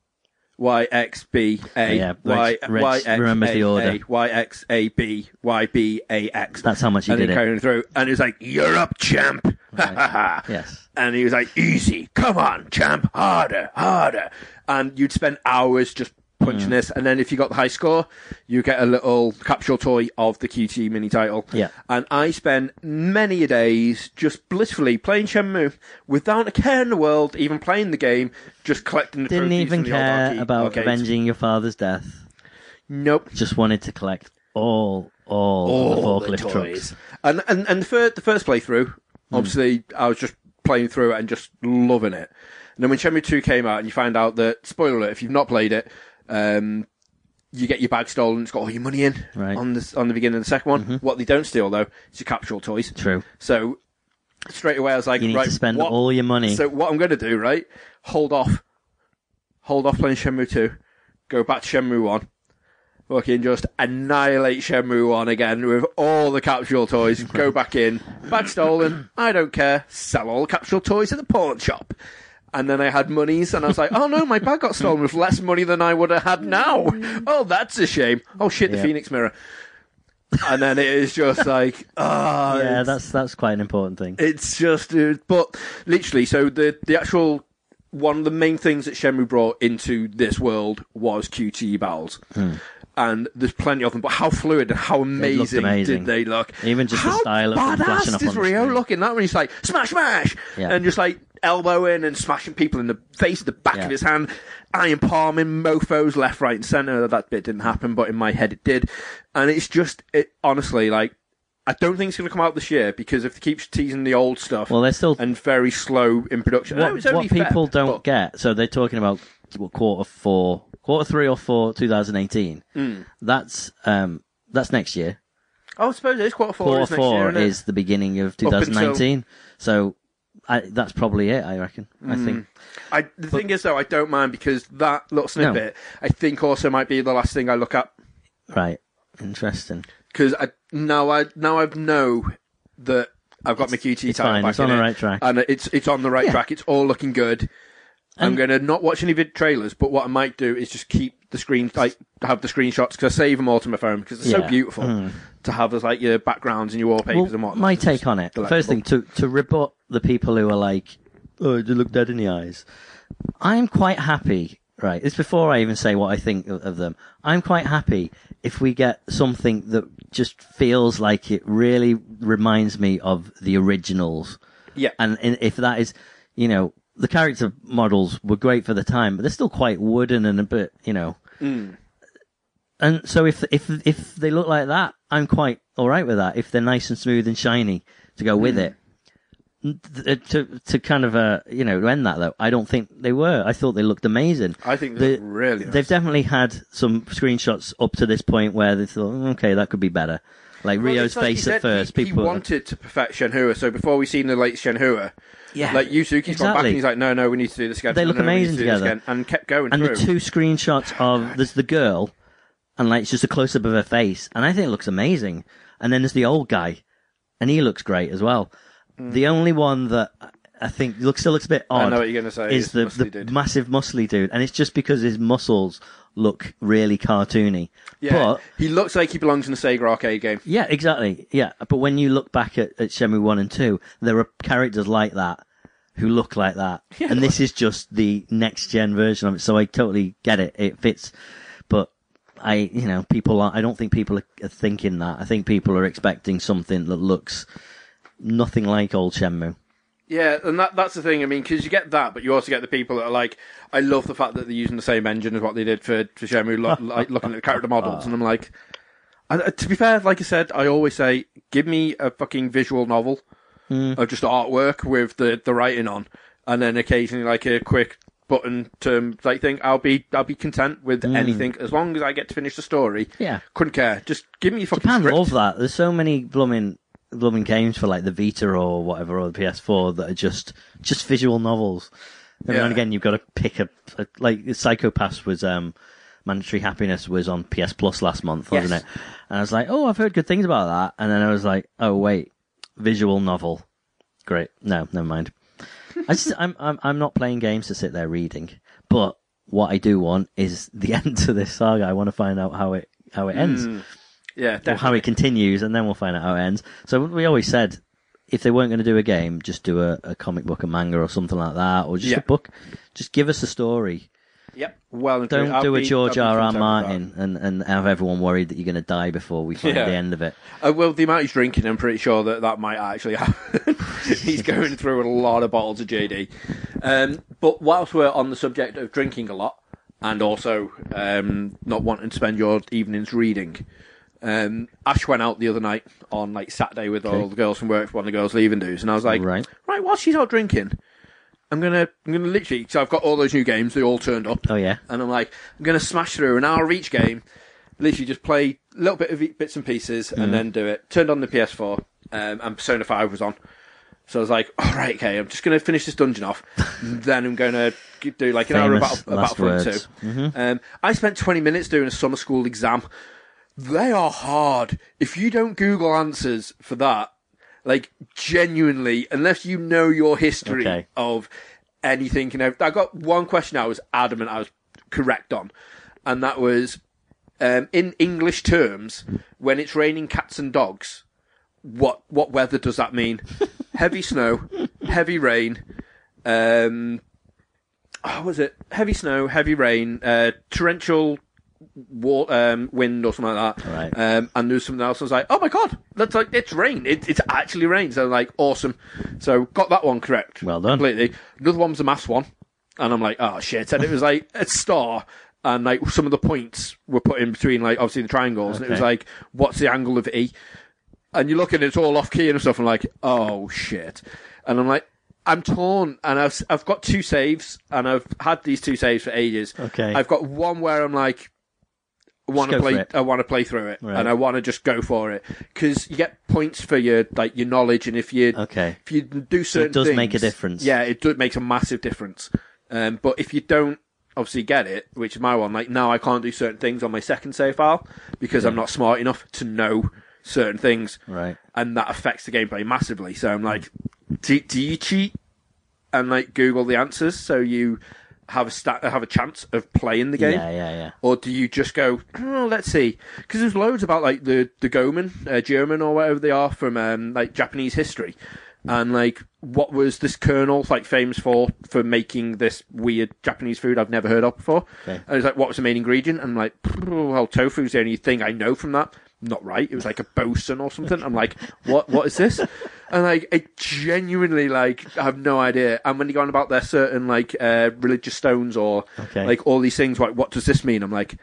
Speaker 2: Y X B A,
Speaker 3: Yeah,
Speaker 2: Y
Speaker 3: Reg- Reg
Speaker 2: Y X
Speaker 3: remembers the
Speaker 2: A,
Speaker 3: order.
Speaker 2: A, Y X A B Y B A X.
Speaker 3: That's how much you
Speaker 2: and
Speaker 3: did
Speaker 2: then
Speaker 3: it.
Speaker 2: Going through, and it was like you're up, champ. Ha ha ha.
Speaker 3: Yes.
Speaker 2: And he was like, "Easy, come on, champ, harder, harder." And you'd spend hours just punching this, and then if you got the high score, you get a little capsule toy of the QT mini title.
Speaker 3: Yeah.
Speaker 2: And I spend many a days just blissfully playing Shenmue without a care in the world, even playing the game, just collecting the
Speaker 3: Didn't
Speaker 2: trophies
Speaker 3: even
Speaker 2: from the old
Speaker 3: care
Speaker 2: arcade-
Speaker 3: about
Speaker 2: arcades.
Speaker 3: avenging your father's death.
Speaker 2: Nope.
Speaker 3: Just wanted to collect all, all, of
Speaker 2: all
Speaker 3: the
Speaker 2: the
Speaker 3: forklift
Speaker 2: toys.
Speaker 3: trucks. Hmm.
Speaker 2: And and and the first the first playthrough, obviously, I was just playing through it and just loving it. And then when Shenmue Two came out, and you find out that spoiler alert, if you've not played it, um, you get your bag stolen, it's got all your money in
Speaker 3: Right. Mm-hmm.
Speaker 2: on the on the beginning of the second one. What they don't steal though is your capsule toys.
Speaker 3: True.
Speaker 2: So straight away I was like,
Speaker 3: You need
Speaker 2: right,
Speaker 3: to spend
Speaker 2: what-
Speaker 3: all your money.
Speaker 2: So what I'm going to do, right? Hold off, hold off playing Shenmue two, go back to Shenmue one, fucking just annihilate Shenmue one again with all the capsule toys. go back in, bag stolen. I don't care. Sell all the capsule toys at the pawn shop. And then I had monies, and I was like, "Oh no, my bag got stolen with less money than I would have had now. Oh, that's a shame. Oh shit, the
Speaker 3: Mm. Yeah.
Speaker 2: Phoenix Mirror." And then it is just like, ah,
Speaker 3: yeah,
Speaker 2: it's-
Speaker 3: that's that's quite an important thing.
Speaker 2: it's just, uh, but literally, so the the actual one of the main things that Shenmue brought into this world was QTE battles,
Speaker 3: Hmm.
Speaker 2: and there's plenty of them. But how fluid and how amazing,
Speaker 3: amazing.
Speaker 2: did they look?
Speaker 3: Even just the
Speaker 2: how
Speaker 3: style of them flashing
Speaker 2: badass
Speaker 3: up
Speaker 2: does
Speaker 3: on the
Speaker 2: Ryo
Speaker 3: screen.
Speaker 2: look in that when he's like smash, smash,
Speaker 3: Yeah.
Speaker 2: and just like elbowing and smashing people in the face, the back
Speaker 3: Yeah.
Speaker 2: of his hand, iron palming mofo's left, right, and center. That bit didn't happen, but in my head it did, and it's just it honestly like. I don't think it's going to come out this year because if they keep teasing the old stuff,
Speaker 3: Well, they're still-
Speaker 2: and very slow in production. I know
Speaker 3: What,
Speaker 2: it's only
Speaker 3: what people
Speaker 2: Feb,
Speaker 3: don't
Speaker 2: but
Speaker 3: get, so they're talking about what, quarter four, quarter three or four, 2018.
Speaker 2: Hmm.
Speaker 3: That's um, that's next year.
Speaker 2: I suppose it's quarter four.
Speaker 3: Quarter
Speaker 2: is next
Speaker 3: four
Speaker 2: year, isn't it?
Speaker 3: is the beginning of
Speaker 2: until-
Speaker 3: 2019. So I, that's probably it. I reckon.
Speaker 2: Hmm.
Speaker 3: I think.
Speaker 2: I, the thing is, though, I don't mind because that little snippet, I think, also might be the last thing I look at
Speaker 3: Right. Interesting.
Speaker 2: because I now I now I know that I've got my QT
Speaker 3: it's
Speaker 2: title
Speaker 3: fine,
Speaker 2: back
Speaker 3: it's on
Speaker 2: in
Speaker 3: the
Speaker 2: it,
Speaker 3: right track.
Speaker 2: and it's it's on the right
Speaker 3: Yeah.
Speaker 2: track. It's all looking good. I'm
Speaker 3: And-
Speaker 2: going to not watch any vid trailers, but what I might do is just keep the screen, like have the screenshots because I save them all to my phone because they're
Speaker 3: Yeah. Hmm.
Speaker 2: so beautiful to have as like your backgrounds and your wallpapers and
Speaker 3: Well,
Speaker 2: whatnot.
Speaker 3: my
Speaker 2: It's
Speaker 3: take
Speaker 2: just
Speaker 3: on it.
Speaker 2: delectable.
Speaker 3: First thing to to rebut the people who are like, "Oh, they look dead in the eyes." I'm quite happy. Right, it's before I even say what I think of, of them. I'm quite happy if we get something that just feels like it really reminds me of the originals.
Speaker 2: yeah,
Speaker 3: And, and if that is, you know, the character models were great for the time, but they're still quite wooden and a bit, you know.
Speaker 2: Mm.
Speaker 3: And so if if if they look like that, I'm quite all right with that. If they're nice and smooth and shiny to go
Speaker 2: Mm.
Speaker 3: with it. N- th- uh, To to kind of uh you know to end that though, I don't think they were. I thought they looked amazing.
Speaker 2: I think
Speaker 3: They-
Speaker 2: they really.
Speaker 3: They've definitely had some screenshots up to this point where they thought, "Mm, okay, that could be better. Like
Speaker 2: Well,
Speaker 3: Rio's
Speaker 2: it's like he
Speaker 3: face
Speaker 2: said,
Speaker 3: at first,
Speaker 2: He,
Speaker 3: people
Speaker 2: he wanted to perfect Shenhua, so before we seen the latest Shenhua,
Speaker 3: Yeah,
Speaker 2: like Yusuke's gone back
Speaker 3: exactly.
Speaker 2: and he's like, no, no, we need to do this again.
Speaker 3: They
Speaker 2: No,
Speaker 3: look
Speaker 2: no, we need
Speaker 3: amazing
Speaker 2: to do this
Speaker 3: together.
Speaker 2: again, and kept going
Speaker 3: and
Speaker 2: through.
Speaker 3: the two screenshots
Speaker 2: Oh
Speaker 3: of there's the girl, and like it's just a close up of her face, and I think it looks amazing. And then there's the old guy, and he looks great as well. The only one that I- I think looks still looks a bit odd.
Speaker 2: Hmm. know what you're gonna say,
Speaker 3: Is
Speaker 2: is
Speaker 3: the,
Speaker 2: muscly
Speaker 3: the
Speaker 2: dude.
Speaker 3: massive muscly dude, and it's just because his muscles look really cartoony.
Speaker 2: yeah,
Speaker 3: But
Speaker 2: he looks like he belongs in a Sega arcade game.
Speaker 3: yeah, exactly. Yeah, but when you look back at, at Shenmue one and two, there are characters like that who look like that, and this is just the next gen version of it. So I totally get it; it fits. But I, you know, people are. I don't think people are, are thinking that. I think people are expecting something that looks nothing like old Shenmue.
Speaker 2: Yeah, and that that's the thing. I mean, because you get that, but you also get the people that are like, I love the fact that they're using the same engine as what they did for for Shenmue,
Speaker 3: [LAUGHS]
Speaker 2: lo- like looking at the character models, and I'm like, and, uh, to be fair, like I said, I always say, give me a fucking visual novel
Speaker 3: Mm.
Speaker 2: of just artwork with the the writing on, and then occasionally like a quick button term like thing. I'll be I'll be content with anything as long as I get to finish the story.
Speaker 3: Mm. Yeah.
Speaker 2: couldn't care. Just give me a fucking
Speaker 3: Japan
Speaker 2: script.
Speaker 3: love that. There's so many blooming blooming games for like the Vita or whatever or the PS4 that are just just visual novels. Every now and
Speaker 2: Yeah.
Speaker 3: again, you've got to pick a, a like Psychopaths was um, Mandatory Happiness was on PS Plus last month, wasn't
Speaker 2: Yes.
Speaker 3: it? And I was like, oh, I've heard good things about that, and then I was like, oh wait, visual novel, great. No, never mind. I just, I'm, I'm, I'm not playing games to sit there reading, but what I do want is the [LAUGHS] end to this saga. I want to find out how it, how it ends
Speaker 2: Yeah,
Speaker 3: or
Speaker 2: definitely.
Speaker 3: how it continues, and then we'll find out how it ends. So we always said if they weren't going to do a game, just do a, a comic book, a manga, or something like that, or just
Speaker 2: Yeah.
Speaker 3: a book. Just give us a story.
Speaker 2: Yep. Well, and
Speaker 3: Don't
Speaker 2: truly. I'll
Speaker 3: do a
Speaker 2: be-
Speaker 3: George
Speaker 2: I'll be
Speaker 3: R.
Speaker 2: content
Speaker 3: R.
Speaker 2: with that.
Speaker 3: Martin and, and have everyone worried that you're going to die before we find
Speaker 2: Yeah.
Speaker 3: the end of it.
Speaker 2: Uh, well, the amount he's drinking, I'm pretty sure that that might actually [LAUGHS] happen. he's going through a lot of bottles of JD. Um, but whilst we're on the subject of drinking a lot and also um, not wanting to spend your evenings reading, um, Ash went out the other night on like Saturday with all the girls from work, one of the girls leaving dudes, and I was like,
Speaker 3: Right.
Speaker 2: right, while she's out drinking, I'm gonna, I'm gonna literally, so I've got all those new games. They all turned up.
Speaker 3: Oh, yeah.
Speaker 2: And I'm like, I'm gonna smash through an hour each game. Literally, just play a little bit of e- bits and pieces,
Speaker 3: Mm.
Speaker 2: and then do it. Turned on the PS4, um, and Persona Five was on. So I was like, all right, okay, I'm just gonna finish this dungeon
Speaker 3: [LAUGHS]
Speaker 2: off. then I'm gonna g- do like an hour of
Speaker 3: Famous
Speaker 2: battle,
Speaker 3: last
Speaker 2: Battlefront
Speaker 3: words. Mm-hmm.
Speaker 2: Two. Um, I spent 20 minutes doing a summer school exam. They are hard. If you don't Google answers for that, like genuinely, unless you know your history
Speaker 3: Okay.
Speaker 2: of anything, you know, I got one question I was adamant I was correct on, and that was um, in English terms, when it's raining cats and dogs, what what weather does that mean? heavy snow, heavy rain, um, oh, what was it heavy snow, heavy rain, uh, torrential wa- um, wind or something like that.
Speaker 3: Right.
Speaker 2: Um, and there was something else. I was like, oh my god, that's like it's rain. It, it's actually rain. So like awesome. So got that one correct.
Speaker 3: Well done.
Speaker 2: Completely. Another one was a mass one, and I'm like, oh shit. And it was like a star. And like some of the points were put in between, like obviously the triangles, and it was
Speaker 3: Okay.
Speaker 2: like, what's the angle of E? and you look and it's all off key and stuff. I'm like, oh shit, and I'm like, I'm torn, and I've I've got two saves, and I've had these two saves for ages.
Speaker 3: Okay.
Speaker 2: I've got one where I'm like, I want to
Speaker 3: go for
Speaker 2: play,
Speaker 3: it.
Speaker 2: I want to play through it,
Speaker 3: Right.
Speaker 2: and I want to just go for it because you get points for your like your knowledge, and if you
Speaker 3: Okay.
Speaker 2: if you do certain,
Speaker 3: does
Speaker 2: things-
Speaker 3: make a difference.
Speaker 2: Yeah, it do, makes a massive difference. Um, but if you don't obviously get it, which is my one, like now I can't do certain things on my second save file because I'm not smart enough to know certain things
Speaker 3: Right.
Speaker 2: and that affects the gameplay massively. So I'm like, do, do you cheat and like Google the answers so you have a sta have a chance of playing the game?
Speaker 3: Yeah, yeah, yeah.
Speaker 2: Or do you just go, oh, let's see? Because there's loads about like the the Goman, uh, German or whatever they are from um, like Japanese history, and like what was this colonel like famous for for making this weird Japanese food I've never heard of before?
Speaker 3: Okay.
Speaker 2: And it's like, what was the main ingredient? And I'm like, well, tofu's the only thing I know from that. Not right. It was like a bosun or something. I'm like, what? What is this? And like, I genuinely like have no idea. And when they go on about their certain like uh, religious stones or
Speaker 3: Okay.
Speaker 2: like all these things, like what does this mean? I'm like,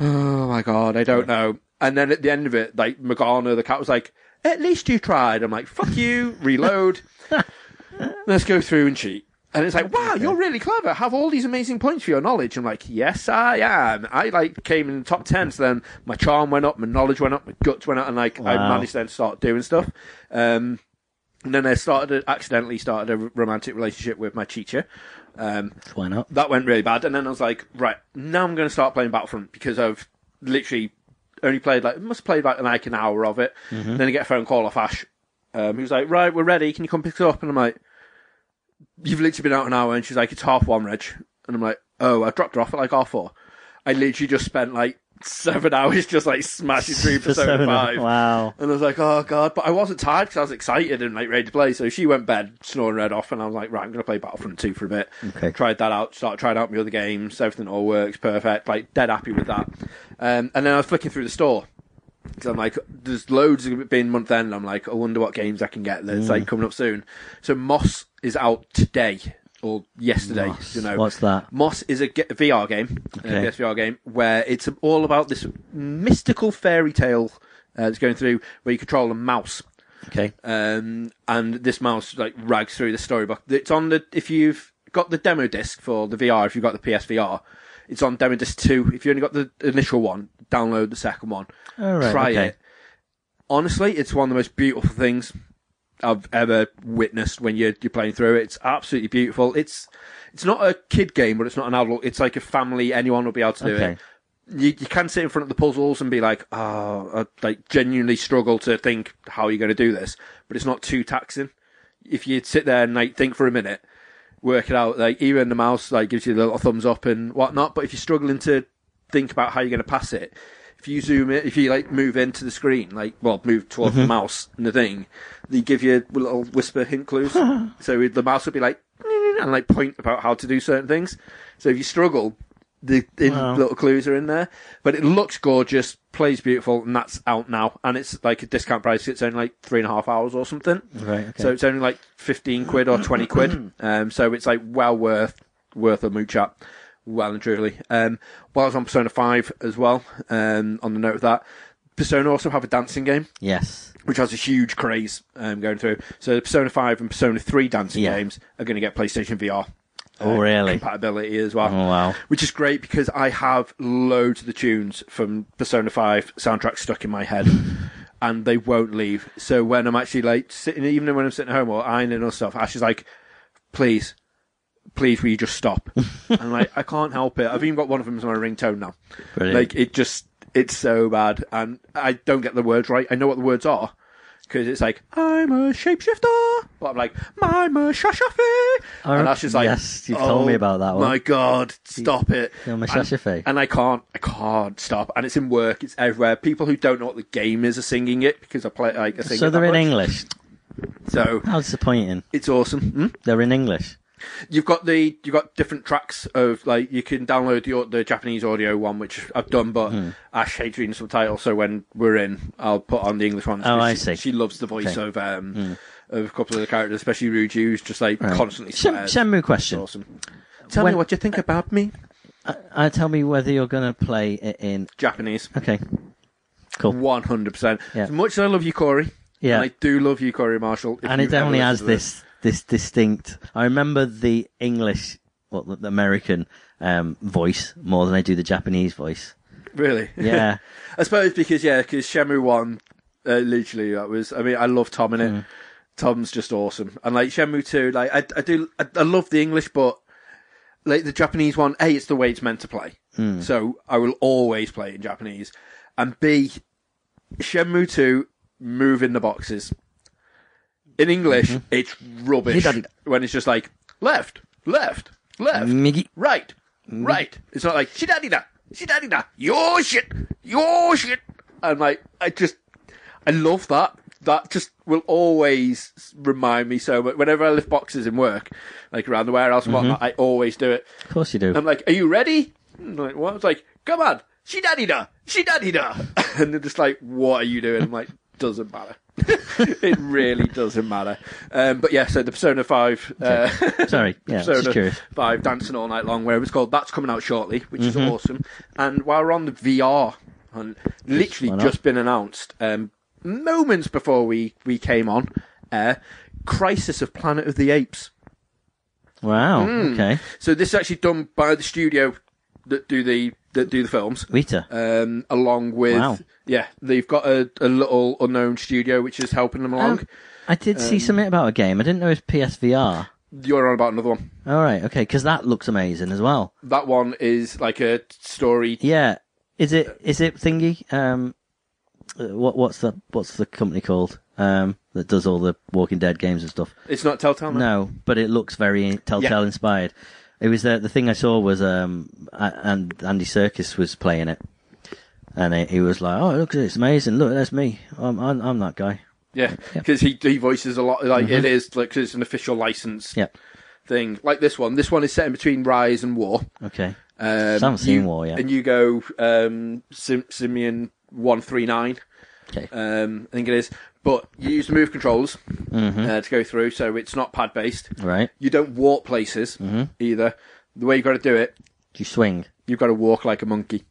Speaker 2: oh my god, I don't know. And then at the end of it, like Morgana, the cat was like, at least you tried. I'm like, fuck you,
Speaker 3: [LAUGHS]
Speaker 2: reload. Let's go through and cheat. And it's like, wow, you're really clever. Have all these amazing points for your knowledge. I'm like, yes, I am. I like came in the top ten. So then my charm went up, my knowledge went up, my guts went up, and like I
Speaker 3: Wow.
Speaker 2: managed to then start doing stuff. Um, and then I started accidentally started a romantic relationship with my teacher. Um,
Speaker 3: Why not?
Speaker 2: that went really bad. And then I was like, right, now I'm going to start playing Battlefront because I've literally only played like, must have played like, like an hour of it. Then I get a phone call off Ash. Um, he was like, right, we're ready. Can you come pick us up? And I'm like, you've literally been out an hour. And she's like, it's half one, Reg. And I'm like, oh, I dropped her off at like half four. I literally just spent like seven [LAUGHS] hours just like smashing
Speaker 3: [LAUGHS]
Speaker 2: through Persona 5.
Speaker 3: Wow.
Speaker 2: And I was like, oh god, but I wasn't tired because I was excited and like ready to play. So she went bed snoring red off, and I was like, right, I'm going to play Battlefront two for a bit.
Speaker 3: Okay.
Speaker 2: Tried that out, started tried out my other games. Everything all works perfect. Like dead happy with that. Um, and then I was flicking through the store because I'm like, there's loads of it being month end. and I'm like, I wonder what games I can get that's
Speaker 3: Mm.
Speaker 2: like coming up soon. So Moss is out today or yesterday. You know
Speaker 3: What's that?
Speaker 2: Moss is a ge- VR game, uh,
Speaker 3: Okay.
Speaker 2: a PSVR game, where it's all about this mystical fairy tale uh, that's going through where you control a mouse.
Speaker 3: Okay.
Speaker 2: Um, and this mouse like rags through the storybook. It's on the if you've got the demo disc for the VR, if you've got the PSVR, it's on demo disc two. If you only got the initial one, download the second one.
Speaker 3: All right,
Speaker 2: try
Speaker 3: okay.
Speaker 2: it. Honestly, it's one of the most beautiful things I've ever witnessed when you're you're playing through it. It's absolutely beautiful. It's it's not a kid game, but it's not an adult. It's like a family. Anyone will be able to do
Speaker 3: Okay.
Speaker 2: it you, you can sit in front of the puzzles and be like, oh, I, like genuinely struggle to think how you're going to do this, but it's not too taxing. If you sit there and like think for a minute, work it out, like even the mouse like gives you the little thumbs up and whatnot, but if you're struggling to think about how you're going to pass it, if you zoom in, if you like move into the screen, like well, move towards
Speaker 3: Mm-hmm.
Speaker 2: the mouse and the thing, they give you a little whisper hint
Speaker 3: [LAUGHS]
Speaker 2: clues. so the mouse would be like and like point about how to do certain things. So if you struggle, the in, little clues are in there. But it looks gorgeous, plays beautiful, and that's out now. And it's like a discount price. It's only like three and a half hours or something.
Speaker 3: Right, okay.
Speaker 2: So it's only like fifteen quid or twenty quid. um, so it's like well worth worth a mooch up, well and truly. Um, while I was on Persona Five as well. Um, on the note of that, Persona also have a dancing game,
Speaker 3: Yes.
Speaker 2: which has a huge craze um, going through. So the Persona 5 and Persona 3 dancing
Speaker 3: Yeah.
Speaker 2: games are going to get PlayStation VR.
Speaker 3: Oh, really?
Speaker 2: Compatibility as well.
Speaker 3: Oh, wow.
Speaker 2: Which is great because I have loads of the tunes from Persona 5 soundtrack stuck in my head [LAUGHS] and they won't leave. So when I'm actually like sitting, even when I'm sitting at home or ironing or stuff, Ash is like, please, please will you just
Speaker 3: [LAUGHS]
Speaker 2: stop? and I'm like, I can't help it. I've even got one of them as my ringtone now.
Speaker 3: Brilliant.
Speaker 2: Like it just, it's so bad. And I don't get the words right. I know what the words are. Because it's like, I'm a shapeshifter. But I'm like, I'm a shashafi. and Ash is like,
Speaker 3: Oh, yes, you've told
Speaker 2: "Oh
Speaker 3: me about that one."
Speaker 2: My God, stop it.
Speaker 3: I'm a
Speaker 2: And-
Speaker 3: shashafi.
Speaker 2: And I can't, I can't stop. And it's in work, it's everywhere. People who don't know what the game is are singing it because I play, like, I sing
Speaker 3: So
Speaker 2: it that
Speaker 3: they're in
Speaker 2: much.
Speaker 3: English.
Speaker 2: So
Speaker 3: How disappointing.
Speaker 2: it's awesome. Hmm?
Speaker 3: They're in English.
Speaker 2: You've got the you've got different tracks of like you can download the au- the Japanese audio one, which I've done, but
Speaker 3: Hmm.
Speaker 2: Ash hates reading subtitles, so when we're in, I'll put on the English one.
Speaker 3: Oh, I
Speaker 2: she,
Speaker 3: see. Hmm.
Speaker 2: She loves the voice of um of a couple of the characters, especially Ruju, who's just like constantly
Speaker 3: Shen-
Speaker 2: swears.
Speaker 3: Shenmue question.
Speaker 2: awesome. Tell
Speaker 3: When-
Speaker 2: me what you think about me,
Speaker 3: Uh, tell me whether you're going to play it in.
Speaker 2: Japanese.
Speaker 3: Okay.
Speaker 2: One hundred percent.
Speaker 3: Yeah.
Speaker 2: As much as I love you, Corey.
Speaker 3: Yeah.
Speaker 2: and I do love you, Corey Marshall. if
Speaker 3: and it
Speaker 2: you've ever
Speaker 3: definitely has
Speaker 2: listened to
Speaker 3: this this distinct. I remember the English, well, the the American um, voice more than I do the Japanese voice.
Speaker 2: Really? [LAUGHS]
Speaker 3: Yeah,
Speaker 2: I suppose because yeah, because Shemu one, uh, literally that was. I mean, I love Tom in it. Tom's just awesome, and like Shemu two, like I, I do, I, I love the English, but like the Japanese one, a it's the way it's meant to play, so I will always play it in Japanese, and b Shenmue two move in the boxes. In English, it's
Speaker 3: He
Speaker 2: rubbish
Speaker 3: doesn't-
Speaker 2: when it's just like left, left, left,
Speaker 3: Miggy.
Speaker 2: right, right. It's not like shidadida, shidadida, your shit, your shit. I'm like, I just, I love that. That just will always remind me so much. Whenever I lift boxes in work, like around the warehouse and
Speaker 3: Mm-hmm.
Speaker 2: whatnot, I always do it.
Speaker 3: of course you do.
Speaker 2: I'm like, are you ready? And I'm like, what? It's like, come on, she daddy da, she daddy da. [LAUGHS] And they're just like, what are you doing? I'm like, doesn't matter. [LAUGHS] it really doesn't matter. Um, but yeah, so the Persona 5, uh, [LAUGHS]
Speaker 3: Sorry, yeah, just
Speaker 2: Persona
Speaker 3: curious.
Speaker 2: 5 Dancing All Night Long, where it's called, that's coming out shortly, which
Speaker 3: Mm-hmm.
Speaker 2: is awesome. And while we're on the VR, and
Speaker 3: why
Speaker 2: literally
Speaker 3: not?
Speaker 2: just been announced, um, moments before we, we came on, uh, Crisis of Planet of the Apes.
Speaker 3: Wow.
Speaker 2: Hmm.
Speaker 3: Okay.
Speaker 2: So this is actually done by the studio that do the that do the films.
Speaker 3: Vita.
Speaker 2: Um, along with
Speaker 3: Wow.
Speaker 2: yeah, they've got a, a little unknown studio which is helping them along.
Speaker 3: Um, I did see something about a game. I didn't know it was PSVR.
Speaker 2: You're on about another one.
Speaker 3: All right. Okay. Because that looks amazing as well.
Speaker 2: That one is like a story.
Speaker 3: Yeah. Is it? Is it thingy? Um, uh, what? What's the? What's the company called? Um, that does all the Walking Dead games and stuff.
Speaker 2: It's not Telltale. No.
Speaker 3: No, but it looks very Telltale
Speaker 2: Yeah.
Speaker 3: inspired. It was the the thing I saw was um a- and Andy Circus was playing it, and he, he was like, "Oh, look, it's amazing! Look, that's me. I'm I'm, I'm that guy."
Speaker 2: Yeah, because he he voices a lot. Like it is like 'cause it's an official license
Speaker 3: Mm-hmm. Yeah.
Speaker 2: thing. Like this one. This one is set in between Rise and War.
Speaker 3: Okay.
Speaker 2: Um,
Speaker 3: haven't seen
Speaker 2: you-
Speaker 3: War yet.
Speaker 2: And you go um, Sim- Simeon one three nine.
Speaker 3: Okay.
Speaker 2: Um, I think it is. But you use the move controls uh, to go through, so it's not pad based.
Speaker 3: Mm-hmm. right. Mm-hmm.
Speaker 2: You don't walk places either. The way you've got to do it,
Speaker 3: Do you swing?
Speaker 2: you've got to walk like a monkey.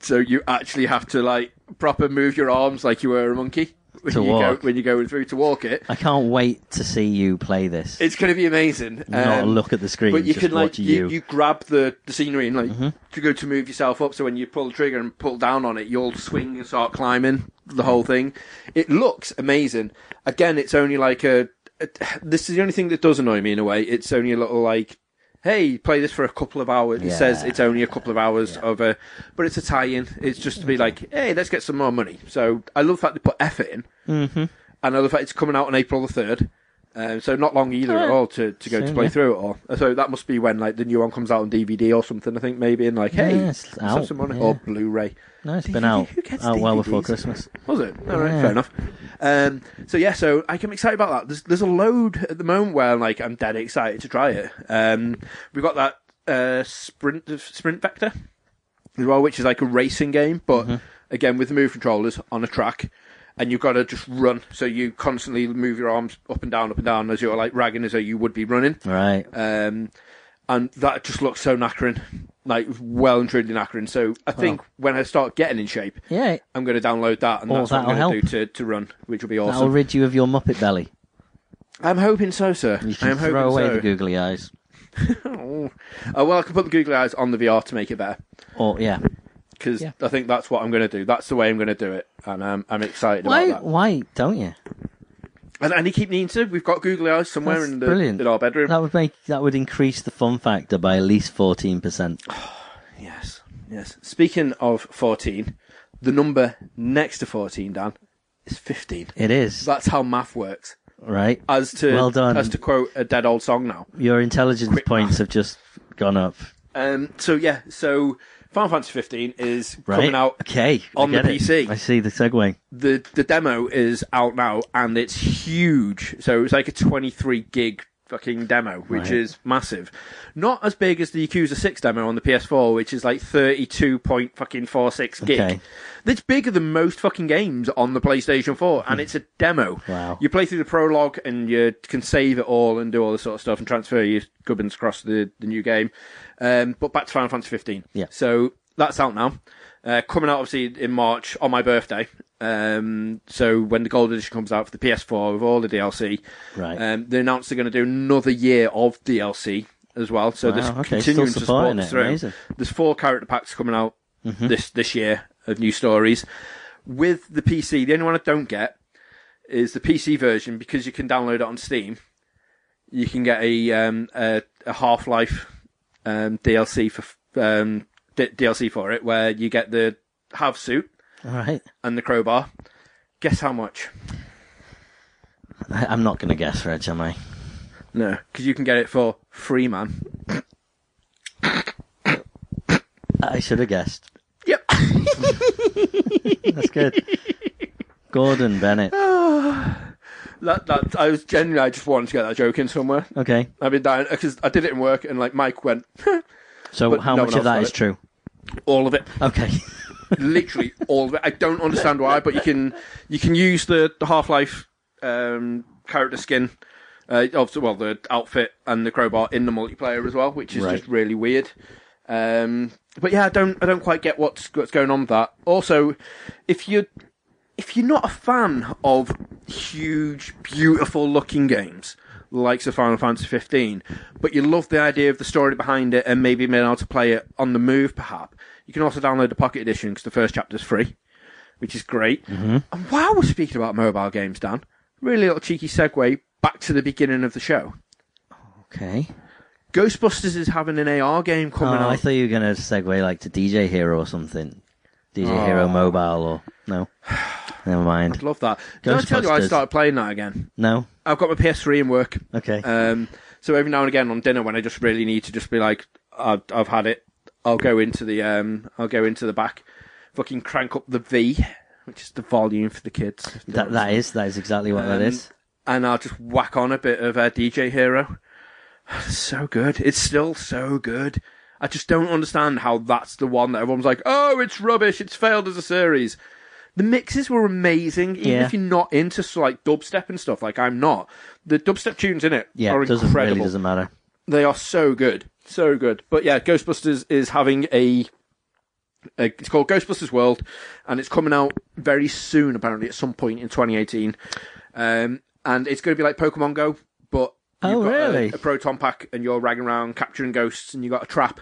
Speaker 2: So you actually have to like proper move your arms like you were a monkey when
Speaker 3: To
Speaker 2: you
Speaker 3: walk.
Speaker 2: go when you're going through to walk it.
Speaker 3: I can't wait to see you play this.
Speaker 2: It's going to be amazing.
Speaker 3: Not
Speaker 2: Um,
Speaker 3: look at the screen.
Speaker 2: but you
Speaker 3: just
Speaker 2: can like
Speaker 3: watch you. Mm-hmm.
Speaker 2: you, you grab the, the scenery and like to go to move yourself up. So when you pull the trigger and pull down on it, you'll swing and start climbing the whole
Speaker 3: Mm-hmm.
Speaker 2: thing. It looks amazing. Again, it's only like a, a- This is the only thing that does annoy me in a way. It's only a little like, hey, play this for a couple of hours. It says
Speaker 3: Yeah.
Speaker 2: it's only a couple of hours of a, but it's a tie-in. It's just to be like, hey, let's get some more money. So I love the fact they put effort in. Mm-hmm. And I love the fact it's coming out on April the third. Um, so not long either at all to, to go to
Speaker 3: Ah, Soon,
Speaker 2: play
Speaker 3: yeah.
Speaker 2: through it all. Uh, So that must be when like the new one comes out on DVD or something. I think maybe and like hey,
Speaker 3: Yeah, it's
Speaker 2: let's have
Speaker 3: out,
Speaker 2: some money
Speaker 3: yeah.
Speaker 2: or Blu-ray. [LAUGHS]
Speaker 3: no, it's
Speaker 2: DVD?
Speaker 3: been out,
Speaker 2: Who gets
Speaker 3: out well
Speaker 2: DVDs?
Speaker 3: before Christmas.
Speaker 2: Was it? All right,
Speaker 3: Yeah.
Speaker 2: fair enough. Um, so yeah, so I'm excited about that. There's there's a load at the moment where like I'm dead excited to try it. Um, we've got that uh, sprint sprint vector as well, which is like a racing game, but again with the move controllers on a track, and you've got to just run. So you constantly move your arms up and down, up and down as Uh, you're like ragging as though you would be running.
Speaker 3: Right.
Speaker 2: Um, and that just looks so knackering. like well and truly knackering. So I think when I start getting in shape,
Speaker 3: Yeah,
Speaker 2: I'm going to download that, and
Speaker 3: Oh,
Speaker 2: that's what I'm
Speaker 3: that'll
Speaker 2: going to do to to run, which will be
Speaker 3: that'll
Speaker 2: awesome.
Speaker 3: rid you of your muppet belly.
Speaker 2: I'm hoping so, sir.
Speaker 3: You
Speaker 2: I
Speaker 3: can
Speaker 2: am hoping
Speaker 3: throw away
Speaker 2: so.
Speaker 3: the googly eyes.
Speaker 2: Oh, well, I can put the googly eyes on the VR to make it better
Speaker 3: Or yeah,
Speaker 2: because
Speaker 3: Yeah.
Speaker 2: I think that's what I'm going to do. That's the way I'm going to do it, and um, I'm excited
Speaker 3: why?
Speaker 2: about that.
Speaker 3: Why don't you?
Speaker 2: And, and you keep needing to. We've got googly eyes somewhere
Speaker 3: That's
Speaker 2: in, the,
Speaker 3: brilliant.
Speaker 2: in our bedroom.
Speaker 3: That would make that would increase the fun factor by at least fourteen percent.
Speaker 2: Yes, yes. Speaking of 14, the number next to 14, Dan, is 15.
Speaker 3: It is
Speaker 2: That's how math works.
Speaker 3: right.
Speaker 2: As to
Speaker 3: Well done.
Speaker 2: as to quote a dead old song now.
Speaker 3: Your intelligence points have just gone up.
Speaker 2: Um. So yeah. So Final Fantasy 15 is
Speaker 3: Right.
Speaker 2: coming out.
Speaker 3: okay I
Speaker 2: on the
Speaker 3: get it.
Speaker 2: PC.
Speaker 3: I see the segue.
Speaker 2: The the demo is out now and it's huge. So it's like a 23 gig fucking demo, which
Speaker 3: Right.
Speaker 2: is massive. Not as big as the Yakuza 6 demo on the PS4, which is like 32 point fucking 46 gig.
Speaker 3: Okay.
Speaker 2: It's bigger than most fucking games on the PlayStation 4,
Speaker 3: Hmm.
Speaker 2: and it's a demo.
Speaker 3: Wow.
Speaker 2: You play through the prologue, and you can save it all and do all this sort of stuff and transfer your gubbins across the, the new game. Um, but back to Final Fantasy 15.
Speaker 3: Yeah.
Speaker 2: So that's out now. Uh, coming out obviously in March on my birthday. Um, so when the gold edition comes out for the PS4 with all the DLC,
Speaker 3: Right.
Speaker 2: Um, they announced they're going to do another year of DLC as well. So
Speaker 3: Wow,
Speaker 2: there's
Speaker 3: okay, still
Speaker 2: continuing to support
Speaker 3: supporting
Speaker 2: this
Speaker 3: it,
Speaker 2: through.
Speaker 3: amazing. Mm-hmm.
Speaker 2: There's four character packs coming out this this year of new stories. With the PC, the only one I don't get is the PC version because you can download it on Steam. You can get a um, a, a Half Life um, DLC for um, D- DLC for it, where you get the have suit
Speaker 3: All right. [LAUGHS]
Speaker 2: and the crowbar. Guess how much?
Speaker 3: I, I'm not going to guess, Reg, am I?
Speaker 2: No, because you can get it for free, man.
Speaker 3: I should have guessed.
Speaker 2: Yep. [LAUGHS]
Speaker 3: That's good. Gordon Bennett.
Speaker 2: That, that I was genuinely I just wanted to get that joke in somewhere.
Speaker 3: Okay.
Speaker 2: I've been dying because I did it in work, and like Mike went [LAUGHS]
Speaker 3: So
Speaker 2: But
Speaker 3: how
Speaker 2: no
Speaker 3: much
Speaker 2: one
Speaker 3: of that
Speaker 2: else
Speaker 3: is
Speaker 2: got it.
Speaker 3: true?
Speaker 2: all of it,
Speaker 3: Okay.
Speaker 2: literally all of it. I don't understand why, but you can you can use the, the Half Life um, character skin, uh, of- well the outfit and the crowbar in the multiplayer as well, which is
Speaker 3: Right.
Speaker 2: just really weird. Um, but yeah, I don't I don't quite get what's what's going on with that. Also, if you if you're not a fan of huge, beautiful looking games, the likes of Final Fantasy 15, but you love the idea of the story behind it and maybe being able to play it on the move, perhaps, you can also download the Pocket Edition because the first chapter's free, which is great.
Speaker 3: Mm-hmm.
Speaker 2: And while we're speaking about mobile games, Dan, really little cheeky segue back to the beginning of the show.
Speaker 3: Okay.
Speaker 2: Ghostbusters is having an AR game
Speaker 3: Oh,
Speaker 2: coming out.
Speaker 3: I thought you were going to segue like to DJ Hero or something. DJ
Speaker 2: Ah.
Speaker 3: Hero Mobile or
Speaker 2: [SIGHS]
Speaker 3: no? Never mind.
Speaker 2: Love that. Did I tell you I
Speaker 3: Ghostbusters.
Speaker 2: started playing that again?
Speaker 3: No.
Speaker 2: I've got my PS3 in work.
Speaker 3: Okay.
Speaker 2: Um, so every now and again on dinner, when I just really need to just be like, I've, I've had it. I'll go into the um, I'll go into the back, fucking crank up the V, which is the volume for the kids. if they
Speaker 3: that
Speaker 2: want
Speaker 3: that is that is exactly what that
Speaker 2: um,
Speaker 3: is.
Speaker 2: And I'll just whack on a bit of uh, DJ Hero. [SIGHS] so good. It's still so good. I just don't understand how that's the one that everyone's like, oh, it's rubbish. It's failed as a series. The mixes were amazing, even
Speaker 3: Yeah.
Speaker 2: if you're not into so, like dubstep and stuff. Like I'm not. The dubstep tunes in it
Speaker 3: Yeah,
Speaker 2: are
Speaker 3: it doesn't
Speaker 2: incredible.
Speaker 3: really doesn't matter.
Speaker 2: They are so good, so good. But yeah, Ghostbusters is having a, a. It's called Ghostbusters World, and it's coming out very soon. Apparently, at some point in 2018, um, and it's going to be like Pokemon Go, but you've
Speaker 3: Oh,
Speaker 2: got a-
Speaker 3: really?
Speaker 2: a, proton pack, and you're ragging around capturing ghosts, and you got a trap.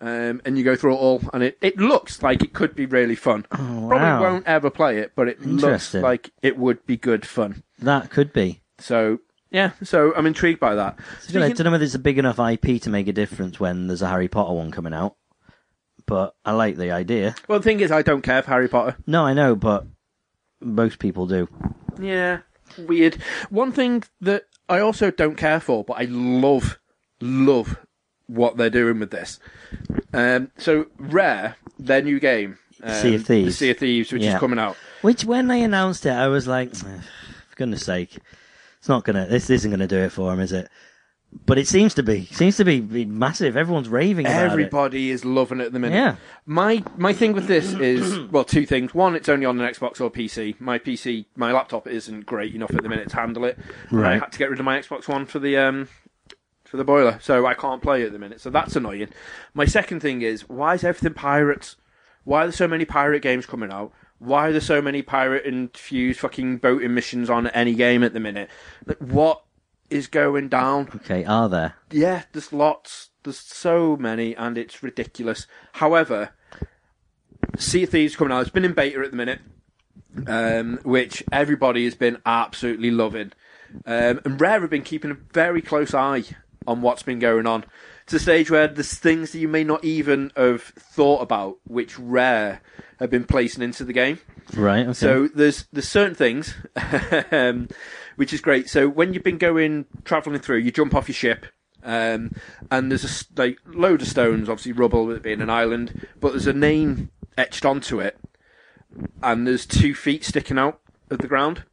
Speaker 2: Um, and you go through it all, and it, it looks like it could be really fun.
Speaker 3: Oh, wow.
Speaker 2: Probably won't ever play it, but it looks
Speaker 3: Interesting.
Speaker 2: like it would be good fun.
Speaker 3: That could be.
Speaker 2: So yeah, so I'm intrigued by that.
Speaker 3: It's good. I
Speaker 2: Speaking-
Speaker 3: don't know whether it's a big enough IP to make a difference when there's a Harry Potter one coming out, but I like the idea.
Speaker 2: Well, the thing is, I don't care for Harry Potter.
Speaker 3: No, I know, but most people do.
Speaker 2: Yeah, weird. One thing that I also don't care for, but I love, love what they're doing with this. Um, so Rare, their new game, um,
Speaker 3: Sea of Thieves.
Speaker 2: Sea of Thieves, which
Speaker 3: Yeah.
Speaker 2: is coming out.
Speaker 3: Which, when they announced it, I was like, "Eh, for goodness sake, it's not gonna, this isn't gonna do it for him, is it? But it seems to be, seems to be massive. Everyone's raving about it.
Speaker 2: Everybody is loving it at the minute.
Speaker 3: Yeah.
Speaker 2: My my thing with this is well, two things. One, it's only on an Xbox or PC. My PC, my laptop isn't great enough at the minute to handle it. And I
Speaker 3: Right.
Speaker 2: had to get rid of my Xbox One for the um for the boiler, so I can't play at the minute. So that's annoying. My second thing is why is everything pirates? Why are there so many pirate games coming out? Why are there so many pirate infused fucking boating missions on any game at the minute? Like what is going down?
Speaker 3: Okay, are there?
Speaker 2: Yeah, there's lots. There's so many, and it's ridiculous. However, Sea of Thieves coming out. It's been in beta at the minute, um, which everybody has been absolutely loving. Um, and Rare have been keeping a very close eye on what's been going on to the stage where there's things that you may not even have thought about, which Rare have been placing into the game.
Speaker 3: Right, okay.
Speaker 2: So there's there's certain things, [LAUGHS] um, which is great. So when you've been going traveling through, you jump off your ship, um, and there's a s- like load of stones, obviously rubble with it being an island, but there's a name etched onto it, and there's two feet sticking out of the ground,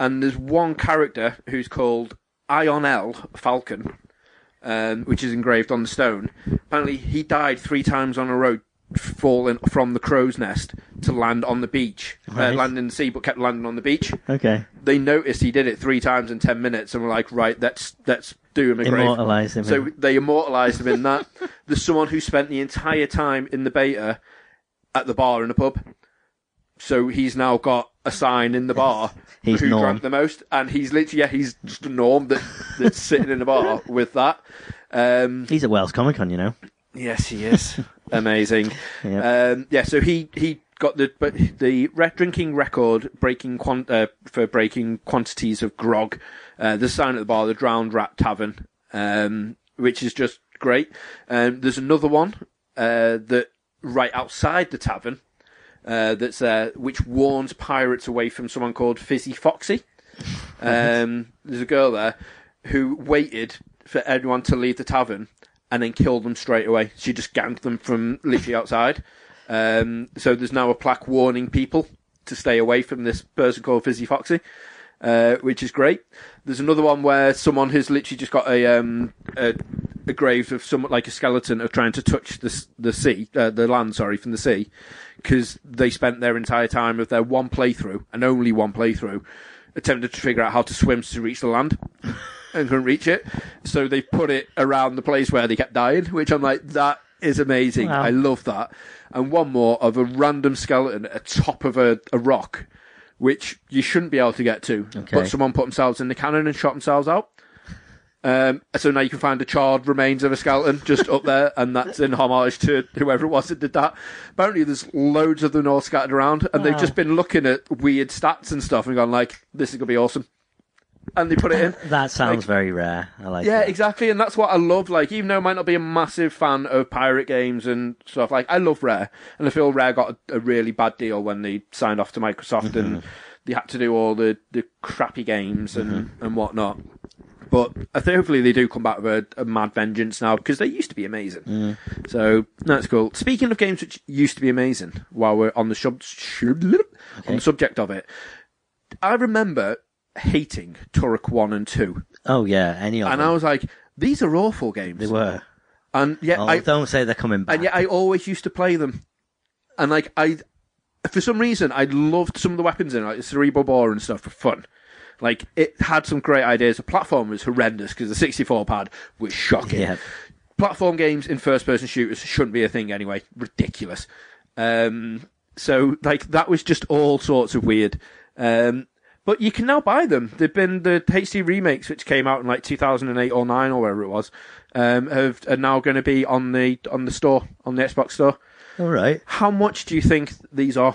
Speaker 2: and there's one character who's called Ionel Falcon, um, which is engraved on the stone. Apparently, he died three times on a road, falling from the crow's nest to land on the beach.
Speaker 3: Right.
Speaker 2: Uh, land in the sea, but kept landing on the beach.
Speaker 3: okay.
Speaker 2: They noticed he did it three times in ten minutes, and were like, "Right, let's let's do him a grave."
Speaker 3: Immortalise him
Speaker 2: So
Speaker 3: in-
Speaker 2: they immortalised him in
Speaker 3: [LAUGHS]
Speaker 2: that. There's someone who spent the entire time in the beta at the bar in a pub. So he's now got a sign in the bar
Speaker 3: [LAUGHS] He's
Speaker 2: who
Speaker 3: Norm.
Speaker 2: drank the most, and he's literally yeah, he's just a norm that that's sitting in the bar
Speaker 3: [LAUGHS]
Speaker 2: with that. Um,
Speaker 3: He's at Wells Comic Con, you know.
Speaker 2: yes, he is [LAUGHS] amazing.
Speaker 3: Yep.
Speaker 2: Um, yeah, so he he got the but the re- drinking record breaking quant- uh, for breaking quantities of grog. Uh, the sign at the bar, the Drowned Rat Tavern, um, which is just great. Um, there's another one uh, that right outside the tavern uh, that's uh, which warns pirates away from someone called Fizzy Foxy. Um, there's a girl there who waited for everyone to leave the tavern and then killed them straight away. She just ganked them from literally outside. Um, so there's now a plaque warning people to stay away from this person called Fizzy Foxy, uh, which is great. There's another one where someone has literally just got a um, a, a grave of someone like a skeleton of trying to touch the s- the sea, uh, the land, sorry, from the sea, because they spent their entire time of their one playthrough and only one playthrough attempted to figure out how to swim to reach the
Speaker 3: [LAUGHS]
Speaker 2: land and couldn't reach it. So they put it around the place where they kept dying, which I'm like, that is amazing.
Speaker 3: Wow.
Speaker 2: I love that. And one more of a random skeleton atop of a, a rock, which you shouldn't be able to get to.
Speaker 3: Okay.
Speaker 2: But someone put themselves in the cannon and shot themselves out. Um, so now you can find the charred remains of a skeleton just up there, and that's in homage to whoever it was that did that. Apparently, there's loads of them all scattered around, and they've just been looking at weird stats and stuff and gone like, "This is gonna be awesome," and they put it in.
Speaker 3: That sounds very rare. I like
Speaker 2: Yeah,
Speaker 3: that.
Speaker 2: exactly, and that's what I love. Like, even though I might not be a massive fan of pirate games and stuff, like I love Rare, and I feel Rare got a, a really bad deal when they signed off to Microsoft
Speaker 3: Mm-hmm.
Speaker 2: and they had to do all the, the crappy games and
Speaker 3: Mm-hmm.
Speaker 2: and whatnot. But I think hopefully they do come back with a, a mad vengeance now because they used to be amazing. So that's cool. Speaking of games which used to be amazing, while we're on the sub- on the subject of it, I remember hating Turok One and Two
Speaker 3: Oh yeah, any of
Speaker 2: and
Speaker 3: them.
Speaker 2: I was like, these are awful games.
Speaker 3: They were.
Speaker 2: And yet
Speaker 3: Oh,
Speaker 2: I
Speaker 3: don't say they're coming back.
Speaker 2: and yet I always used to play them. And like I for some reason I loved some of the weapons in it, like the cerebral bore and stuff for fun. Like it had some great ideas. The platform was horrendous because the 64 pad was shocking.
Speaker 3: Yeah.
Speaker 2: Platform games in first person shooters shouldn't be a thing anyway. Ridiculous. Um, so like that was just all sorts of weird. Um, but you can now buy them. They've been the HD remakes, which came out in like 2008 or nine or wherever it was, um, have, are now going to be on the on the store on the Xbox store.
Speaker 3: All right.
Speaker 2: How much do you think these are?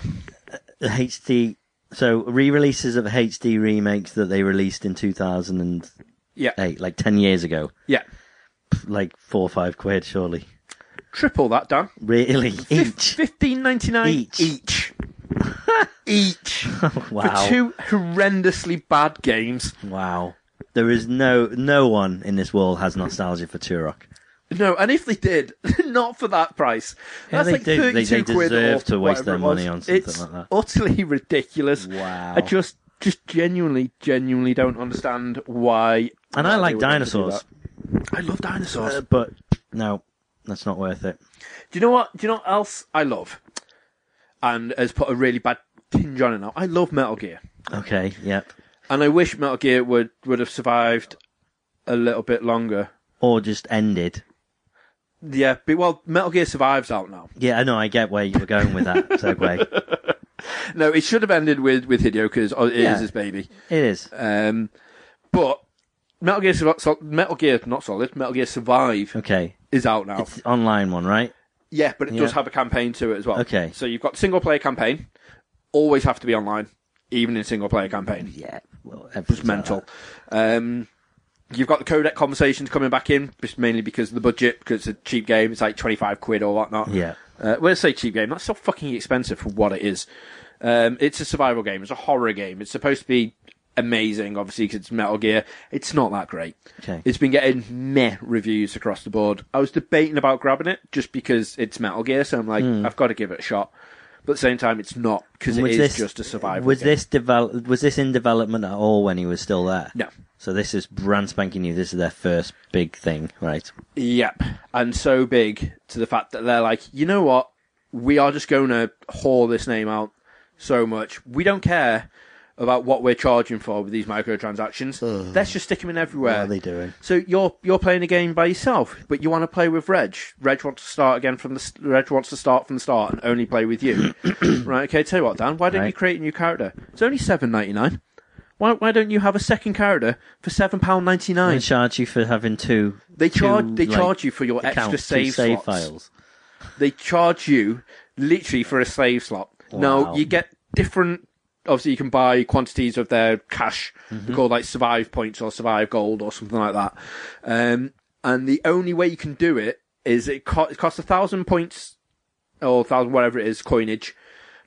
Speaker 3: The HD. So re-releases of HD remakes that they released in 2008,
Speaker 2: Yeah,
Speaker 3: like 10 years ago,
Speaker 2: yeah,
Speaker 3: like four or five quid, surely.
Speaker 2: triple that, Dan. [LAUGHS]
Speaker 3: Really? Each?
Speaker 2: Fifteen ninety nine
Speaker 3: Each. [LAUGHS]
Speaker 2: each. Each.
Speaker 3: Wow.
Speaker 2: For two horrendously bad games.
Speaker 3: Wow. There is no no one in this world has nostalgia for Turok.
Speaker 2: No, and if they did, [LAUGHS] not for that price.
Speaker 3: Yeah,
Speaker 2: That's
Speaker 3: they
Speaker 2: like
Speaker 3: do- they-
Speaker 2: 32
Speaker 3: they
Speaker 2: quid
Speaker 3: deserve
Speaker 2: or
Speaker 3: to
Speaker 2: whatever
Speaker 3: waste their
Speaker 2: it was.
Speaker 3: money on something
Speaker 2: it's
Speaker 3: like that.
Speaker 2: utterly ridiculous.
Speaker 3: Wow.
Speaker 2: I just, just genuinely, genuinely don't understand why.
Speaker 3: And I
Speaker 2: they
Speaker 3: like
Speaker 2: would ever do
Speaker 3: dinosaurs.
Speaker 2: that. I love dinosaurs.
Speaker 3: Uh, but no, that's not worth it.
Speaker 2: Do you know what? Do you know what else I love? And has put a really bad tinge on it now. I love Metal Gear,
Speaker 3: Okay, yep.
Speaker 2: and I wish Metal Gear would would have survived a little bit longer.
Speaker 3: or just ended.
Speaker 2: Yeah, but, well, Metal Gear Survive's out now.
Speaker 3: Yeah, I know. I get where you were going with
Speaker 2: [LAUGHS]
Speaker 3: that segue. it
Speaker 2: No, it should have ended with with Hideo because it is
Speaker 3: Yeah.
Speaker 2: his baby.
Speaker 3: is.
Speaker 2: Um, but Metal Gear Survive, Sol- Metal Gear, not Solid, Metal Gear Survive
Speaker 3: Okay,
Speaker 2: is out now.
Speaker 3: it's the online one, right?
Speaker 2: Yeah, but it does
Speaker 3: Yeah.
Speaker 2: have a campaign to it as well.
Speaker 3: Okay.
Speaker 2: So you've got single player campaign, always have to be online, even in single player campaign.
Speaker 3: Yeah, well,
Speaker 2: It's mental. Um, you've got the codec conversations coming back in, just mainly because of the budget, because it's a cheap game. It's like 25 quid or whatnot.
Speaker 3: Yeah.
Speaker 2: Uh, well, let's say cheap game. That's so fucking expensive for what it is. Um, it's a survival game. It's a horror game. It's supposed to be amazing, obviously, because it's Metal Gear. It's not that great.
Speaker 3: Okay.
Speaker 2: It's been getting meh reviews across the board. I was debating about grabbing it just because it's Metal Gear, so I'm like, I've got to give it a shot. But at the same time, it's not because it
Speaker 3: Hmm. Was
Speaker 2: is
Speaker 3: this-
Speaker 2: just a survival.
Speaker 3: Was
Speaker 2: game.
Speaker 3: this develop? Was this in development at all when he was still there?
Speaker 2: No.
Speaker 3: So this is brand spanking new. This is their first big thing, right?
Speaker 2: Yep. And so big to the fact that they're like, you know what? We are just going to haul this name out so much. We don't care about what we're charging for with these microtransactions. Let's just stick them in everywhere.
Speaker 3: What are they doing?
Speaker 2: So you're you're playing a game by yourself, but you want to play with Reg. Reg wants to start again from the s- Reg wants to start from the start and only play with
Speaker 3: [COUGHS]
Speaker 2: you. right? Okay. Tell you what, Dan. Why don't you
Speaker 3: Right.
Speaker 2: create a new character? It's only seven ninety nine. Why why don't you have a second character for seven pound ninety
Speaker 3: They
Speaker 2: nine?
Speaker 3: charge you for having two.
Speaker 2: They charge
Speaker 3: two,
Speaker 2: they
Speaker 3: like,
Speaker 2: charge you for your
Speaker 3: accounts,
Speaker 2: extra
Speaker 3: two
Speaker 2: save,
Speaker 3: save
Speaker 2: slots.
Speaker 3: files.
Speaker 2: They charge you literally for a save slot. Now
Speaker 3: Wow.
Speaker 2: you get different. Obviously, you can buy quantities of their cash.
Speaker 3: Mm-hmm.
Speaker 2: They're called like survive points or survive gold or something like that. Um, and the only way you can do it is it, co- it costs a thousand points or thousand whatever it is coinage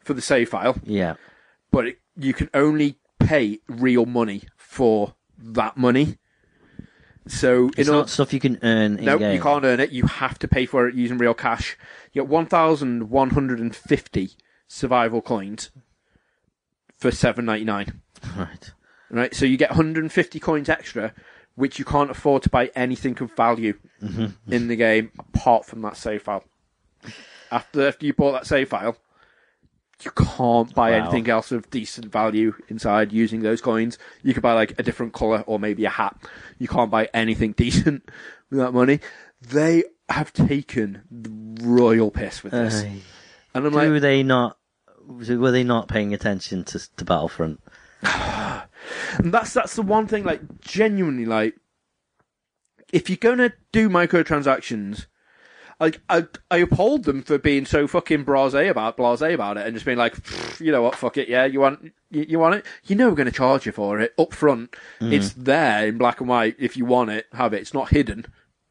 Speaker 2: for the save file,
Speaker 3: Yeah.
Speaker 2: but it, you can only pay real money for that money. So in
Speaker 3: It's
Speaker 2: order,
Speaker 3: not stuff you can earn in
Speaker 2: no,
Speaker 3: game.
Speaker 2: you can't earn it. You have to pay for it using real cash. You get 1,150 survival coins for 7.99.
Speaker 3: Right.
Speaker 2: Right, so you get 150 coins extra, which you can't afford to buy anything of value
Speaker 3: Mm-hmm.
Speaker 2: in the game apart from that save file. After after you bought that save file, you can't buy
Speaker 3: Wow.
Speaker 2: anything else of decent value inside using those coins. You could buy like a different color or maybe a hat. You can't buy anything [LAUGHS] decent with that money. They have taken the royal piss with this,
Speaker 3: Aye.
Speaker 2: and I'm
Speaker 3: Do
Speaker 2: like,
Speaker 3: they not? Were they not paying attention to, to Battlefront?
Speaker 2: And that's that's the one thing, like genuinely, like if you're gonna do microtransactions, like I I uphold them for being so fucking blasé about blasé about it and just being like, "Pfft, you know what, fuck it, yeah, you want you, you want it, you know we're gonna charge you for it up front.
Speaker 3: Mm.
Speaker 2: It's there in black and white. If you want it, have it. It's not hidden.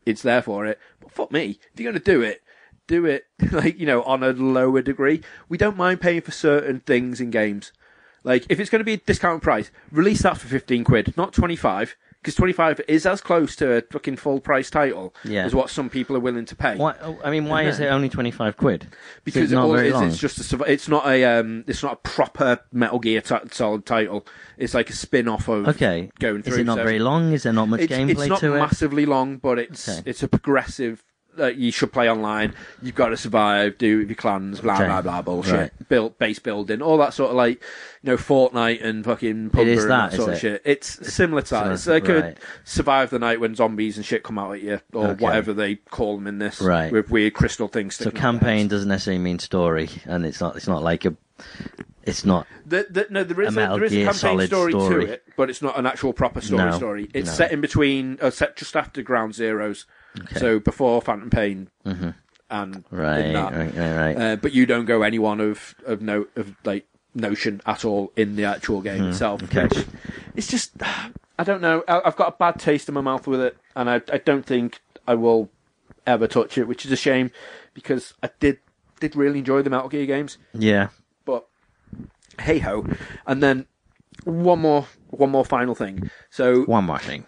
Speaker 2: It's there for it. But fuck me, if you're gonna do it. Do it [LAUGHS] like you know on a lower degree. We don't mind paying for certain things in games. Like, if it's going to be a discount price, release that for 15 quid, not 25, because 25 is as close to a fucking full price title
Speaker 3: Yeah.
Speaker 2: as what some people are willing to pay.
Speaker 3: Why? oh, I mean, why is it only twenty five quid?
Speaker 2: Because
Speaker 3: it's not
Speaker 2: all it
Speaker 3: very
Speaker 2: is,
Speaker 3: long.
Speaker 2: it's just a, surv- it's not a, um, it's not a proper Metal Gear t- solid title. It's like a spin off of
Speaker 3: okay.
Speaker 2: going through.
Speaker 3: Is it not
Speaker 2: so-
Speaker 3: very long? Is there not much
Speaker 2: it's,
Speaker 3: gameplay
Speaker 2: it's not
Speaker 3: to it?
Speaker 2: massively long, but it's
Speaker 3: Okay.
Speaker 2: it's a progressive. Uh, you should play online. You've got to survive. Do with your clans. Blah
Speaker 3: Okay.
Speaker 2: blah blah bullshit.
Speaker 3: Right.
Speaker 2: Build base building, all that sort of like you know Fortnite and fucking PUBG
Speaker 3: It is
Speaker 2: and
Speaker 3: that,
Speaker 2: that sort
Speaker 3: is
Speaker 2: of
Speaker 3: it?
Speaker 2: shit. It's similar to that.
Speaker 3: Similar-
Speaker 2: It's like
Speaker 3: right.
Speaker 2: a survive the night when zombies and shit come out at you, or
Speaker 3: Okay.
Speaker 2: whatever they call them in this.
Speaker 3: Right.
Speaker 2: With weird crystal things.
Speaker 3: So
Speaker 2: sticking out of their
Speaker 3: campaign
Speaker 2: heads.
Speaker 3: doesn't necessarily mean story, and it's not. It's not like a. It's not.
Speaker 2: The, the, no, there is a,
Speaker 3: Metal
Speaker 2: there is a
Speaker 3: Gear
Speaker 2: campaign
Speaker 3: Solid
Speaker 2: story,
Speaker 3: story.
Speaker 2: to it, but it's not an actual proper story.
Speaker 3: No,
Speaker 2: story. It's
Speaker 3: no.
Speaker 2: set in between, uh, set just after Ground Zeroes, so before Phantom Pain, and
Speaker 3: Mm-hmm. Right,
Speaker 2: in that.
Speaker 3: right, right, right.
Speaker 2: Uh, but you don't go anyone of of no of like notion at all in the actual game itself.
Speaker 3: Mm-hmm. okay.
Speaker 2: which- It's just I don't know. I, I've got a bad taste in my mouth with it, and I I don't think I will ever touch it, which is a shame because I did did really enjoy the Metal Gear games
Speaker 3: Yeah.
Speaker 2: but hey ho. And then one more, one more final thing. So
Speaker 3: One more thing.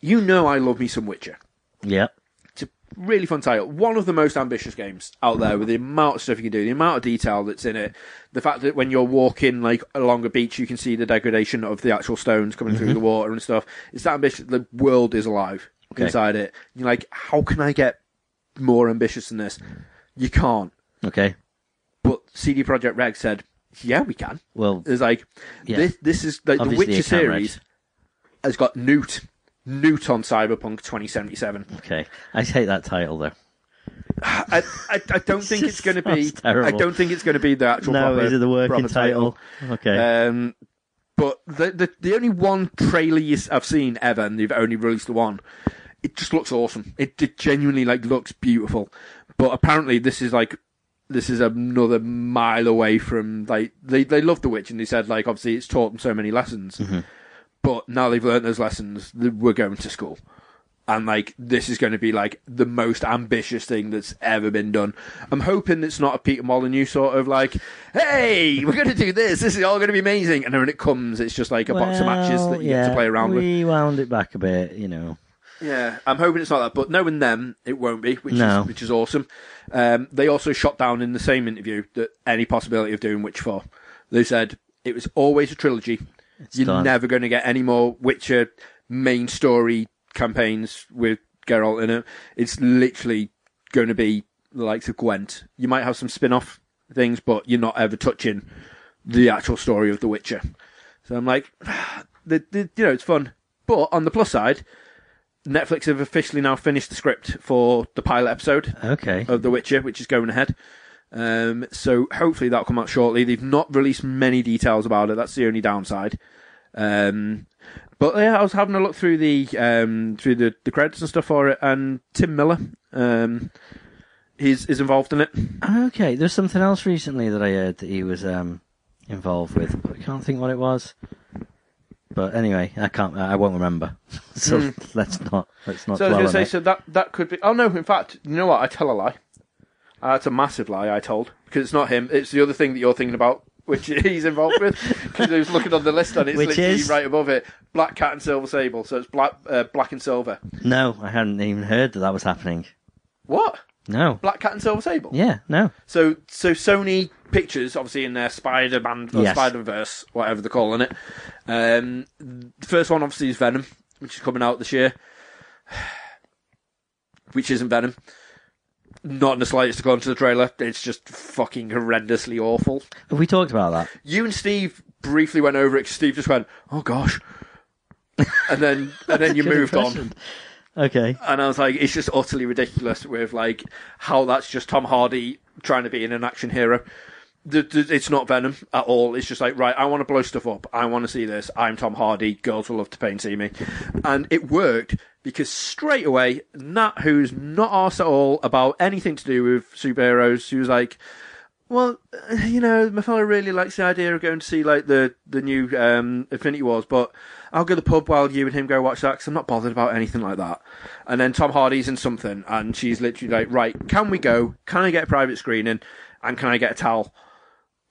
Speaker 2: you know, I love me some Witcher.
Speaker 3: Yeah.
Speaker 2: It's a really fun title. One of the most ambitious games out there with the amount of stuff you can do, the amount of detail that's in it, the fact that when you're walking like along a beach, you can see the degradation of the actual stones coming through the water and stuff. It's that ambitious. The world is alive
Speaker 3: Okay.
Speaker 2: inside it. You're like, how can I get more ambitious than this? You can't.
Speaker 3: Okay.
Speaker 2: But CD Projekt Red said, yeah, we can.
Speaker 3: Well,
Speaker 2: It's like
Speaker 3: Yeah.
Speaker 2: this. This is like the
Speaker 3: obviously
Speaker 2: Uh, Witcher
Speaker 3: it can't, right?
Speaker 2: series has got Newt. Newt on Cyberpunk 2077.
Speaker 3: Okay, I hate that title though.
Speaker 2: I, I, I don't think it's going to be.
Speaker 3: [LAUGHS] Sounds terrible.
Speaker 2: I don't think it's going to be the actual.
Speaker 3: no,
Speaker 2: proper,
Speaker 3: is it the working
Speaker 2: proper
Speaker 3: title? Okay,
Speaker 2: Um, but the, the the only one trailer you s- I've seen ever, and they've only released the one. It just looks awesome. It, it genuinely like looks beautiful. But apparently, this is like this is another mile away from like they they love The Witch, and they said like obviously it's taught them so many lessons.
Speaker 3: Mm-hmm.
Speaker 2: But now they've learned those lessons. th- We're going to school. And like this is going to be like the most ambitious thing that's ever been done. I'm hoping it's not a Peter Molyneux sort of like, hey, we're going to do this. This is all going to be amazing. And then when it comes, it's just like a box of matches that you
Speaker 3: yeah,
Speaker 2: get to play around with.
Speaker 3: We wound it back a bit, you know.
Speaker 2: Yeah, I'm hoping it's not that, but knowing them, it won't be, which
Speaker 3: No.
Speaker 2: is which is awesome. Um, they also shot down in the same interview that any possibility of doing Witch Four. They said it was always a trilogy. You're
Speaker 3: done.
Speaker 2: never going to get any more Witcher main story campaigns with Geralt in it. It's literally going to be the likes of Gwent. You might have some spin-off things, but you're not ever touching the actual story of The Witcher. So I'm like, [SIGHS] the, the, you know, it's fun. But on the plus side, Netflix have officially now finished the script for the pilot episode
Speaker 3: Okay,
Speaker 2: of The Witcher, which is going ahead. Um, so hopefully that'll come out shortly. They've not released many details about it. That's the only downside. Um, but yeah, I was having a look through the um, through the, the credits and stuff for it, and Tim Miller, um, he's is involved in it.
Speaker 3: okay. There's something else recently that I heard that he was um, involved with. But I can't think what it was. But anyway, I can't. I won't remember. [LAUGHS] So let's not. Let's not.
Speaker 2: Hmm. So I was
Speaker 3: dwell
Speaker 2: going
Speaker 3: on
Speaker 2: to say,
Speaker 3: it.
Speaker 2: so that that could be. Oh no! In fact, you know what? I tell a lie. Uh, that's a massive lie I told because it's not him. It's the other thing that you're thinking about, which [LAUGHS] he's involved with. Because I was looking on the list and it's
Speaker 3: Which
Speaker 2: literally
Speaker 3: is?
Speaker 2: right above it: Black Cat and Silver Sable. So it's black, uh, black and silver.
Speaker 3: No, I hadn't even heard that that was happening.
Speaker 2: What?
Speaker 3: No.
Speaker 2: Black Cat and Silver Sable.
Speaker 3: Yeah, no.
Speaker 2: So so Sony Pictures, obviously in their Spider Man or
Speaker 3: Yes.
Speaker 2: Spider Verse, whatever they're calling it. Um, the first one obviously is Venom, which is coming out this year. [SIGHS] Which isn't Venom. Not in the slightest according to the trailer. It's just fucking horrendously awful.
Speaker 3: Have we talked about that?
Speaker 2: You and Steve briefly went over it 'cause Steve just went, Oh gosh and then and then you
Speaker 3: Good
Speaker 2: moved on.
Speaker 3: impression. Okay.
Speaker 2: And I was like, it's just utterly ridiculous with like how that's just Tom Hardy trying to be an action hero. The, the, it's not Venom at all. It's just like, right, I want to blow stuff up. I want to see this. I'm Tom Hardy. Girls will love to pay and see me. And it worked because straight away, Nat, who's not asked at all about anything to do with superheroes, she was like, well, [SIGHS] uh, you know, my fellow really likes the idea of going to see like the the new um, Infinity Wars, but I'll go to the pub while you and him go watch that because I'm not bothered about anything like that. And then Tom Hardy's in something, and she's literally like, "Right, can we go? Can I get a private screening? And can I get a towel?"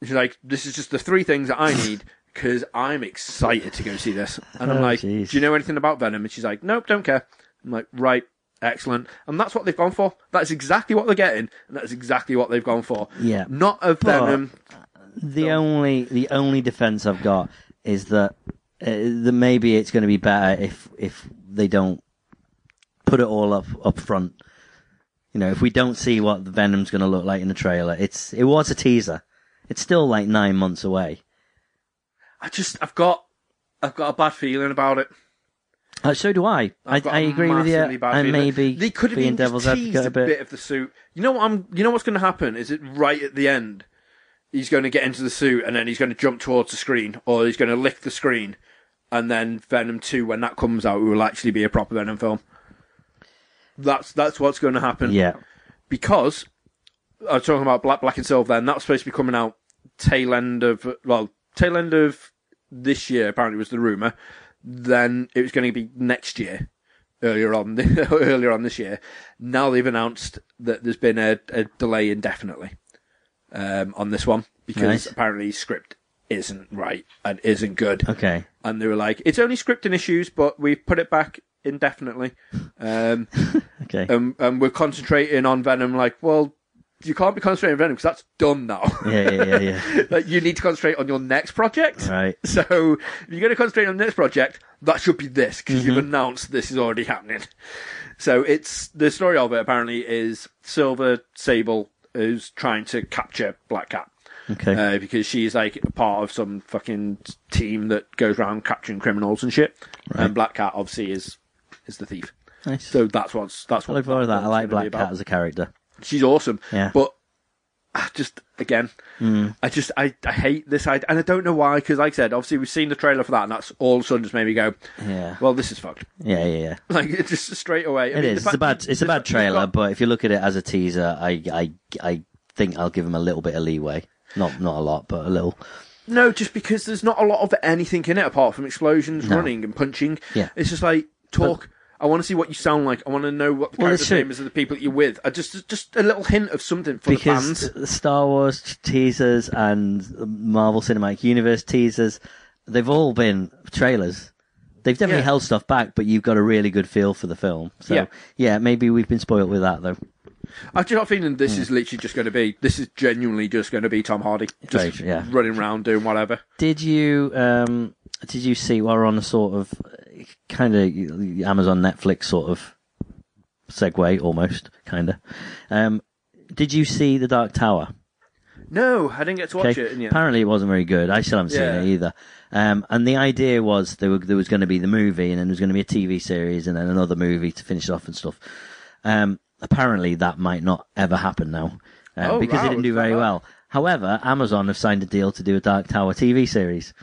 Speaker 2: She's like, "This is just the three things that I need because I'm excited to go see this." And I'm
Speaker 3: Oh,
Speaker 2: like,
Speaker 3: jeez.
Speaker 2: "Do you know anything about Venom?" And she's like, "Nope, don't care." I'm like, "Right." Excellent, and that's what they've gone for. That's exactly what they're getting, and that's exactly what they've gone for.
Speaker 3: Yeah.
Speaker 2: Not of um,
Speaker 3: But-
Speaker 2: Venom.
Speaker 3: The only the only defense I've got is that uh, that maybe it's going to be better if if they don't put it all up up front. You know, if we don't see what the Venom's going to look like in the trailer, it's it was a teaser. It's still like nine months away.
Speaker 2: I just I've got I've got a bad feeling about it.
Speaker 3: Uh, so do I. I,
Speaker 2: I've got
Speaker 3: I
Speaker 2: a
Speaker 3: agree with you.
Speaker 2: massively bad
Speaker 3: I
Speaker 2: feeling.
Speaker 3: may be
Speaker 2: they could have
Speaker 3: being
Speaker 2: been
Speaker 3: devil's
Speaker 2: just
Speaker 3: advocate
Speaker 2: teased
Speaker 3: a bit.
Speaker 2: of the suit. You know what I'm you know what's gonna happen is it right at the end he's gonna get into the suit and then he's gonna jump towards the screen or he's gonna lick the screen and then Venom two when that comes out it will actually be a proper Venom film. That's that's what's gonna happen.
Speaker 3: Yeah.
Speaker 2: because I was talking about Black Black and Silver then, that was supposed to be coming out tail end of well, tail end of this year apparently was the rumour. Then it was going to be next year, earlier on [LAUGHS] earlier on this year. Now they've announced that there's been a, a delay indefinitely um, on this one because
Speaker 3: Right.
Speaker 2: apparently script isn't right and isn't good.
Speaker 3: Okay.
Speaker 2: And they were like, it's only scripting issues, but we've put it back indefinitely. Um,
Speaker 3: Okay.
Speaker 2: and, and we're concentrating on Venom. Like, well, you can't be concentrating on Venom because that's done now. [LAUGHS]
Speaker 3: yeah, yeah, yeah, yeah.
Speaker 2: like, you need to concentrate on your next project.
Speaker 3: Right.
Speaker 2: So if you're going to concentrate on the next project. That should be this because
Speaker 3: Mm-hmm.
Speaker 2: you've announced this is already happening. So it's the story of it. Apparently, is Silver Sable is trying to capture Black Cat
Speaker 3: Okay.
Speaker 2: uh, because she's like a part of some fucking team that goes around capturing criminals and shit. And Black Cat obviously is is the thief.
Speaker 3: Nice.
Speaker 2: So that's what's that's
Speaker 3: I
Speaker 2: what
Speaker 3: look forward to that. I
Speaker 2: film's
Speaker 3: like
Speaker 2: gonna be
Speaker 3: Black
Speaker 2: about.
Speaker 3: Cat as a character.
Speaker 2: She's awesome.
Speaker 3: Yeah. Hmm.
Speaker 2: But I just again, I just I, I hate this idea, and I don't know why. Because like I said, obviously we've seen the trailer for that, and that's all of a sudden just made me go,
Speaker 3: Yeah.
Speaker 2: well, this is fucked. [LAUGHS]
Speaker 3: Yeah, yeah, yeah.
Speaker 2: Like it's just straight away. I
Speaker 3: It
Speaker 2: mean,
Speaker 3: is.
Speaker 2: the
Speaker 3: It's a
Speaker 2: fact-
Speaker 3: bad. It's a
Speaker 2: the
Speaker 3: bad
Speaker 2: fact you've
Speaker 3: trailer,
Speaker 2: got-
Speaker 3: but if you look at it as a teaser, I, I, I think I'll give him a little bit of leeway. Not, not a lot, but a little.
Speaker 2: No, just because there's not a lot of anything in it apart from explosions, running, and punching.
Speaker 3: Yeah.
Speaker 2: It's just like talk. I want to see what you sound like. I want to know what the
Speaker 3: Well,
Speaker 2: character's
Speaker 3: that's true.
Speaker 2: name is of the people that you're with. I just just a little hint of something for the
Speaker 3: because
Speaker 2: fans.
Speaker 3: the Star Wars t- teasers and Marvel Cinematic Universe teasers, they've all been trailers. They've definitely
Speaker 2: Yeah.
Speaker 3: held stuff back, but you've got a really good feel for the film. So yeah,
Speaker 2: Yeah.
Speaker 3: maybe we've been spoiled with that though.
Speaker 2: I've just got a feeling this
Speaker 3: Hmm.
Speaker 2: is literally just going to be. This is genuinely just going to be Tom Hardy
Speaker 3: Very
Speaker 2: just
Speaker 3: true, yeah.
Speaker 2: running around doing whatever.
Speaker 3: Did you um did you see while we're on a sort of kind of Amazon Netflix sort of segue almost kind of um did you see The Dark Tower?
Speaker 2: No, I didn't get to watch
Speaker 3: Okay.
Speaker 2: it. And yet.
Speaker 3: Apparently, it wasn't very good. I still haven't
Speaker 2: Yeah.
Speaker 3: seen it either. Um, and the idea was there, were, there was going to be the movie, and then there was going to be a TV series, and then another movie to finish it off and stuff. Um, apparently, that might not ever happen now uh,
Speaker 2: Oh,
Speaker 3: because
Speaker 2: wow,
Speaker 3: it didn't do
Speaker 2: is that
Speaker 3: very
Speaker 2: right?
Speaker 3: well. However, Amazon have signed a deal to do a Dark Tower TV series.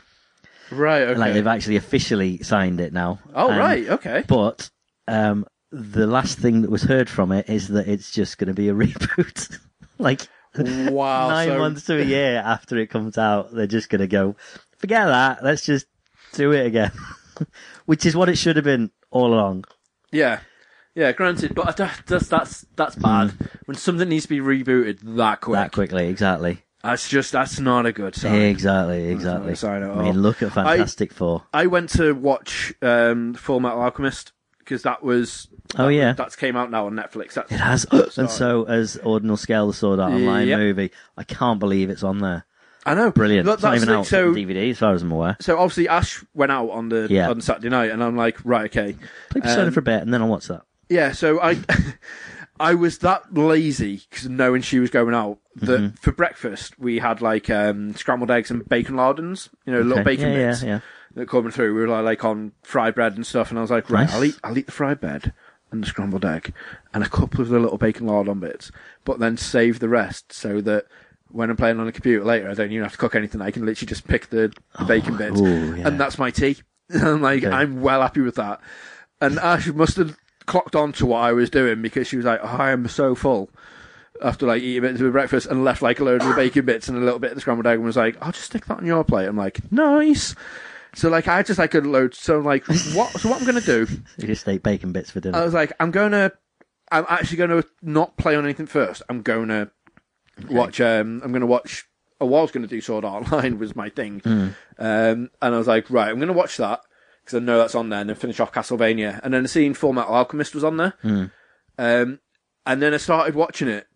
Speaker 2: Right. Okay.
Speaker 3: Like they've actually officially signed it now.
Speaker 2: oh,
Speaker 3: Um,
Speaker 2: right.
Speaker 3: [LAUGHS]
Speaker 2: Okay.
Speaker 3: But um, the last thing that was heard from it is that it's just going to be a [LAUGHS] reboot. like
Speaker 2: Wow.
Speaker 3: nine
Speaker 2: Oh, so- [LAUGHS]
Speaker 3: months to a year after it comes out, they're just going to go, forget that. Let's just do it again, [LAUGHS] which is what it should have been all along.
Speaker 2: Yeah. Yeah, granted, but I don't- that's that's that's bad. When something needs to be rebooted that quick,
Speaker 3: Hmm. That quickly, exactly,
Speaker 2: that's just that's not a good sign.
Speaker 3: exactly, exactly.
Speaker 2: That's not a good sign at
Speaker 3: I
Speaker 2: all.
Speaker 3: mean, look at
Speaker 2: I-
Speaker 3: Fantastic Four.
Speaker 2: I went to watch um, Full Metal Alchemist because that was
Speaker 3: Oh yeah,
Speaker 2: that's came out now on Netflix. That's, [GASPS]
Speaker 3: it has. and so, as Ordinal Scale, the Sword Art Online
Speaker 2: Yep.
Speaker 3: movie, I can't believe it's on there.
Speaker 2: I know,
Speaker 3: Brilliant.
Speaker 2: Look,
Speaker 3: it's not
Speaker 2: that's
Speaker 3: even
Speaker 2: the
Speaker 3: out
Speaker 2: thing, so
Speaker 3: on DVD, as far as I'm aware.
Speaker 2: so obviously Ash went out on the
Speaker 3: Yeah.
Speaker 2: on Saturday night, and I'm like, right, okay,
Speaker 3: Play Persona
Speaker 2: Um,
Speaker 3: for a bit, and then I'll watch that.
Speaker 2: Yeah, so I [LAUGHS] I was that lazy because knowing she was going out that
Speaker 3: Mm-hmm.
Speaker 2: for breakfast we had like um, scrambled eggs and bacon lardons, you know, little
Speaker 3: Okay.
Speaker 2: bacon
Speaker 3: Yeah, yeah,
Speaker 2: bits
Speaker 3: yeah.
Speaker 2: that coming through. We were like, like on fried bread and stuff, and I was like, right,
Speaker 3: Nice.
Speaker 2: I'll eat I'll eat the fried bread and the scrambled egg and a couple of the little bacon lardon bits, but then save the rest so that. When I'm playing on a computer later, I don't even have to cook anything. I can literally just pick the bacon bits,
Speaker 3: Oh, ooh, yeah.
Speaker 2: and that's my tea. [LAUGHS] I'm like, I'm well happy with that. And Ash must have clocked on to what I was doing because she was like, oh, I am so full after like eating bits of breakfast and left like a load of the bacon bits and a little bit of the scrambled egg and was like, I'll just stick that on your plate. I'm like, nice. So like I just like a load. So I'm like what? So what I'm gonna do?
Speaker 3: You just ate bacon bits for dinner.
Speaker 2: I was like, I'm gonna, I'm actually gonna not play on anything first. I'm gonna watch. Um, I'm gonna watch. I was gonna do Sword Art [LAUGHS] Online was my thing. Um, and I was like, right, I'm gonna watch that because I know that's on there, and then finish off Castlevania. And then the scene Full Metal Alchemist was on there. Um, and then I started watching it,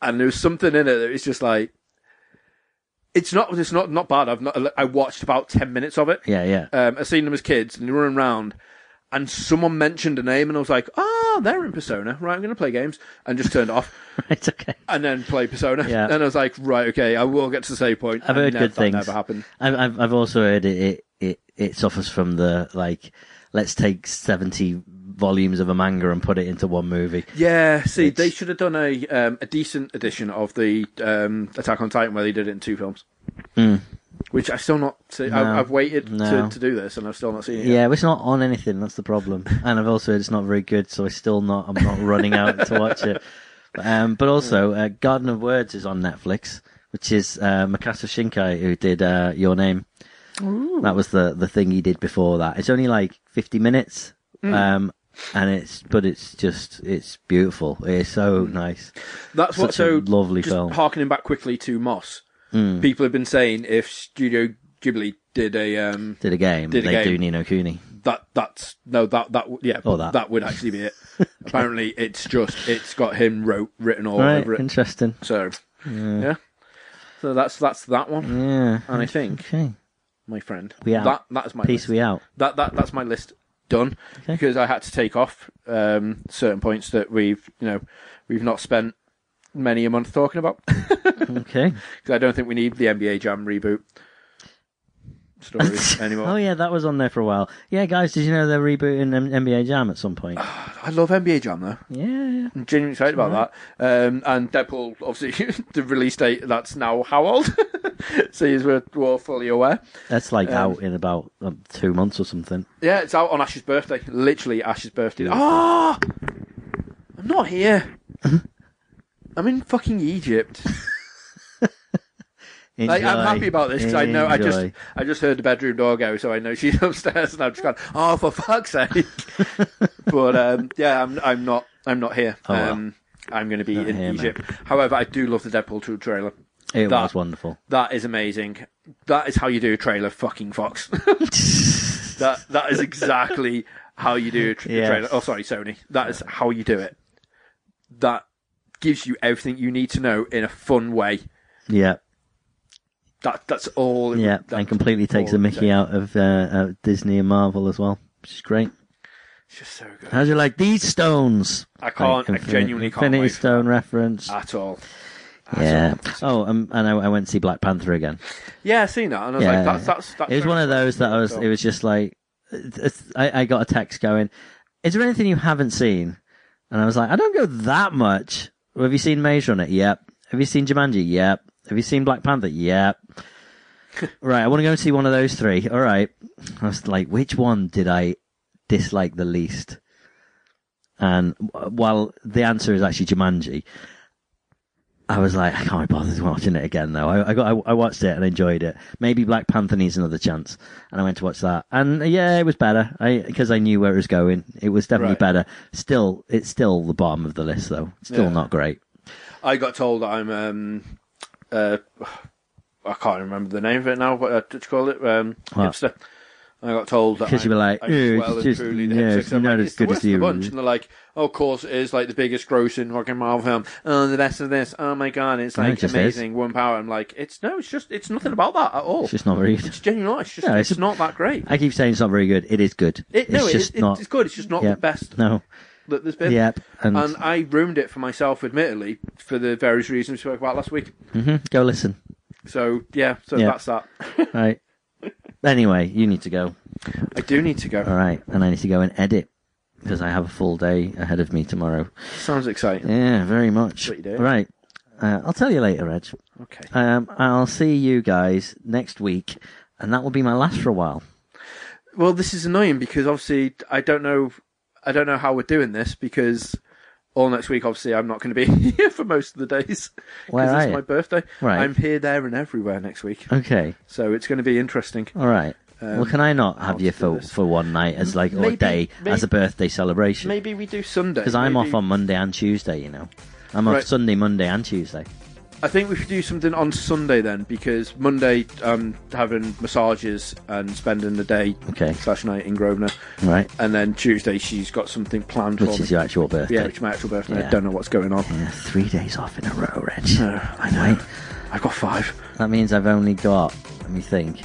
Speaker 2: and there was something in it that was just like. It's not. It's not. Not bad. I've not. I watched about ten minutes of it
Speaker 3: yeah, yeah. [LAUGHS]
Speaker 2: um, I seen them as kids and they were running around and someone mentioned a name and I was like, oh, they're in Persona. Right, I'm going to play games. And just turned it off
Speaker 3: it's okay.
Speaker 2: and then play Persona.
Speaker 3: Yeah.
Speaker 2: [LAUGHS] And I was like, right, okay, I will get to the save point.
Speaker 3: I've heard
Speaker 2: And
Speaker 3: good
Speaker 2: that
Speaker 3: things.
Speaker 2: never happened.
Speaker 3: I've, I've I've also heard it it, it it suffers from the like let's take seventy volumes of a manga and put it into one movie.
Speaker 2: Yeah, see,
Speaker 3: It's-
Speaker 2: they should have done a um, a decent edition of the um, Attack on Titan where they did it in two films. Which I've still not seen.
Speaker 3: Hmm. No.
Speaker 2: I've, I've waited
Speaker 3: No.
Speaker 2: to, to do this and I've still not seen it.
Speaker 3: Yeah. but it's not on anything. That's
Speaker 2: [LAUGHS]
Speaker 3: the problem. And I've also heard it's not very good, so I still not I'm not running out to watch it. Um, but also, uh, Garden of Words is on Netflix, which is uh, Mikasa Shinkai who did uh, Your Name. That was the the thing he did before that. It's only like fifty minutes.
Speaker 2: Mm.
Speaker 3: Um, and it's but it's just it's beautiful. It's so
Speaker 2: Mm.
Speaker 3: nice.
Speaker 2: That's what.
Speaker 3: Such a
Speaker 2: So
Speaker 3: lovely
Speaker 2: just
Speaker 3: film. Hmm.
Speaker 2: Harkening back quickly to Moss, people have been saying if Studio Ghibli did a um,
Speaker 3: Did a game.
Speaker 2: Did a
Speaker 3: they
Speaker 2: game.
Speaker 3: do Nino Cooney.
Speaker 2: that that's no that that w- yeah
Speaker 3: Oh, that.
Speaker 2: that. would actually
Speaker 3: [LAUGHS]
Speaker 2: be it. Apparently, it's just it's got him wrote written all
Speaker 3: right,
Speaker 2: over it.
Speaker 3: interesting.
Speaker 2: So yeah. so that's that's that one.
Speaker 3: Yeah.
Speaker 2: And I think
Speaker 3: Okay.
Speaker 2: my friend,
Speaker 3: Mm. We out.
Speaker 2: that that is my
Speaker 3: Peace
Speaker 2: list.
Speaker 3: we out.
Speaker 2: that that that's my list done because I had to take off um, certain points that we've you know we've not spent many a month [LAUGHS] talking about because
Speaker 3: Okay.
Speaker 2: I don't think we need the NBA Jam reboot. story
Speaker 3: [LAUGHS]
Speaker 2: anymore.
Speaker 3: Oh yeah, that was on there for a while. Yeah, guys, did you know they're rebooting M- NBA Jam at
Speaker 2: [SIGHS]
Speaker 3: some point?
Speaker 2: I love NBA Jam though.
Speaker 3: yeah,
Speaker 2: I'm genuinely excited about that. Um, and Deadpool, obviously, [LAUGHS] the release date that's now how old? [LAUGHS] so yes, we're, we're all fully aware.
Speaker 3: that's like out in about um, two months or something.
Speaker 2: Yeah, it's out on Ash's birthday. Literally Ash's birthday. Ah, I'm not here.
Speaker 3: Uh-huh.
Speaker 2: I'm in fucking Egypt. Like, I'm
Speaker 3: Enjoy.
Speaker 2: happy about this because I know I just
Speaker 3: Enjoy.
Speaker 2: I just heard the bedroom door go, so I know she's [LAUGHS] upstairs, and I've just gone, oh for fuck's
Speaker 3: [LAUGHS]
Speaker 2: sake! but um, yeah, I'm I'm not I'm not here.
Speaker 3: Oh, well.
Speaker 2: um, I'm going to be
Speaker 3: Not
Speaker 2: in
Speaker 3: here, man.
Speaker 2: Egypt. However, I do love the Deadpool two trailer.
Speaker 3: it
Speaker 2: that-
Speaker 3: was wonderful.
Speaker 2: That is amazing. That is how you do a trailer, fucking Fox. [LAUGHS] that that is exactly how you do a tra-
Speaker 3: Yes.
Speaker 2: trailer. Oh, sorry, Sony. That is how you do it. That gives you everything you need to know in a fun way.
Speaker 3: Yeah,
Speaker 2: That that's all. it-
Speaker 3: yeah,
Speaker 2: that's
Speaker 3: and completely takes
Speaker 2: all
Speaker 3: the
Speaker 2: it
Speaker 3: Mickey
Speaker 2: takes.
Speaker 3: out of uh, uh, Disney and Marvel as well, which is great.
Speaker 2: It's just so good.
Speaker 3: How'd you like these stones?
Speaker 2: I can't. I
Speaker 3: Infinity-
Speaker 2: genuinely can't
Speaker 3: Infinity
Speaker 2: wait for Ah,
Speaker 3: Stone reference.
Speaker 2: at all.
Speaker 3: yeah. Oh, um, and I, I went to see Black Panther again.
Speaker 2: Yeah, I seen that, and I was
Speaker 3: Yeah.
Speaker 2: like, that's that's that's.
Speaker 3: it was
Speaker 2: very
Speaker 3: one of those that I was.
Speaker 2: cool.
Speaker 3: It was just like, it's, I, I got a text going, "Is there anything you haven't seen?" And I was like, "I don't go that much." Well, have you seen Maze Runner? Yep. Have you seen Jumanji? Yep. Have you seen Black Panther? Yep. right, I want to go and see one of those three. All right. I was like, which one did I dislike the least? And w- while the answer is actually Jumanji, I was like, I can't be bothered watching it again though. I, I got, I, I watched it and enjoyed it. Maybe Black Panther needs another chance, and I went to watch that. And yeah, it was better. I because I knew where it was going. It was definitely
Speaker 2: Right.
Speaker 3: better. Still, it's still the bottom of the list though. Still
Speaker 2: Yeah.
Speaker 3: not great.
Speaker 2: I got told that I'm. Um, uh, I can't remember the name of it now. What uh, did you call it? Um,
Speaker 3: What?
Speaker 2: hipster. I got told that
Speaker 3: Because you
Speaker 2: I'm-
Speaker 3: were like,
Speaker 2: I'm
Speaker 3: "Yeah, it's
Speaker 2: well and
Speaker 3: just-
Speaker 2: truly the
Speaker 3: yeah,
Speaker 2: hipster.
Speaker 3: it's
Speaker 2: I'm
Speaker 3: not
Speaker 2: like,
Speaker 3: as
Speaker 2: the
Speaker 3: good as
Speaker 2: worst of
Speaker 3: you."
Speaker 2: the bunch, and they're like, "Oh, of course it is like the biggest grossing fucking Marvel film. Oh, the best of this. Oh my god, it's
Speaker 3: No, it
Speaker 2: like
Speaker 3: just is.
Speaker 2: amazing. One power." I'm like, "It's no, it's just it's nothing about that at all.
Speaker 3: It's just not very.
Speaker 2: It's genuinely not. It's just
Speaker 3: No,
Speaker 2: it's,
Speaker 3: it's a-
Speaker 2: not that great.
Speaker 3: I keep saying it's not very good. It is good.
Speaker 2: It, no,
Speaker 3: it's
Speaker 2: it-
Speaker 3: just
Speaker 2: it-
Speaker 3: not.
Speaker 2: it's good. It's just not
Speaker 3: Yeah.
Speaker 2: the best
Speaker 3: No.
Speaker 2: that there's been.
Speaker 3: Yep. And,
Speaker 2: And I ruined it for myself, admittedly, for the various reasons we spoke about last week.
Speaker 3: Mhm, go listen.
Speaker 2: So yeah, so
Speaker 3: Yeah.
Speaker 2: that's that.
Speaker 3: Right. anyway, you need to go.
Speaker 2: I do need to go.
Speaker 3: All right, and I need to go and edit because I have a full day ahead of me tomorrow.
Speaker 2: Sounds exciting.
Speaker 3: Yeah, very much.
Speaker 2: What you doing?
Speaker 3: Right. Uh, I'll tell you later, Reg.
Speaker 2: Okay.
Speaker 3: Um, I'll see you guys next week, and that will be my last for a while.
Speaker 2: Well, this is annoying because obviously I don't know, I don't know how we're doing this because all next week obviously I'm not going to be [LAUGHS] here for most of the days
Speaker 3: Where
Speaker 2: because
Speaker 3: are
Speaker 2: it's
Speaker 3: you?
Speaker 2: my birthday.
Speaker 3: Right. Oh.
Speaker 2: I'm here, there, and everywhere next week,
Speaker 3: Okay.
Speaker 2: so it's going to be interesting.
Speaker 3: All right. well, can I not have
Speaker 2: Um, I'll
Speaker 3: you
Speaker 2: do
Speaker 3: for,
Speaker 2: this.
Speaker 3: for one night as like or a
Speaker 2: Maybe-
Speaker 3: day
Speaker 2: may-
Speaker 3: as a birthday celebration?
Speaker 2: Maybe we do Sunday
Speaker 3: Because I'm
Speaker 2: Maybe-
Speaker 3: off on Monday and Tuesday. You know, I'm off
Speaker 2: Right.
Speaker 3: Sunday, Monday, and Tuesday.
Speaker 2: I think we should do something on Sunday then, because Monday I'm having massages and spending the day
Speaker 3: Okay.
Speaker 2: slash night in Grosvenor,
Speaker 3: Right.
Speaker 2: and then Tuesday she's got something planned
Speaker 3: Which
Speaker 2: for
Speaker 3: is
Speaker 2: me.
Speaker 3: your actual birthday.
Speaker 2: Yeah, which is my actual birthday.
Speaker 3: Yeah.
Speaker 2: I don't know what's going on.
Speaker 3: Yeah, three days off in a row, Reg.
Speaker 2: Uh, I know. I've got five.
Speaker 3: That means I've only got. Let me think.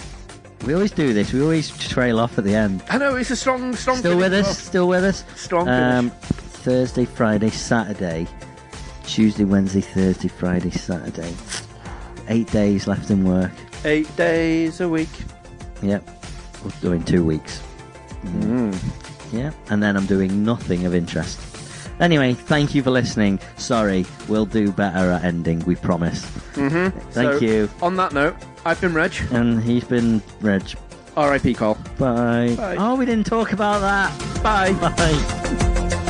Speaker 3: We always do this. We always trail off at the end.
Speaker 2: I know it's a strong, strong.
Speaker 3: Still with
Speaker 2: finish.
Speaker 3: us? Still with us?
Speaker 2: Strong
Speaker 3: Um, Thursday, Friday, Saturday, Tuesday, Wednesday, Thursday, Friday, Saturday. Eight days left in work.
Speaker 2: Eight days a week.
Speaker 3: Yep. We're doing two weeks.
Speaker 2: Mm.
Speaker 3: Yeah. And then I'm doing nothing of interest. Anyway, thank you for listening. Sorry, we'll do better at ending. We promise. Thank
Speaker 2: Mm-hmm. So,
Speaker 3: you.
Speaker 2: On that note, I've been Reg.
Speaker 3: And he's been Reg.
Speaker 2: R.I.P. Cole.
Speaker 3: Bye.
Speaker 2: Bye.
Speaker 3: Oh, we didn't talk about that.
Speaker 2: Bye.
Speaker 3: Bye.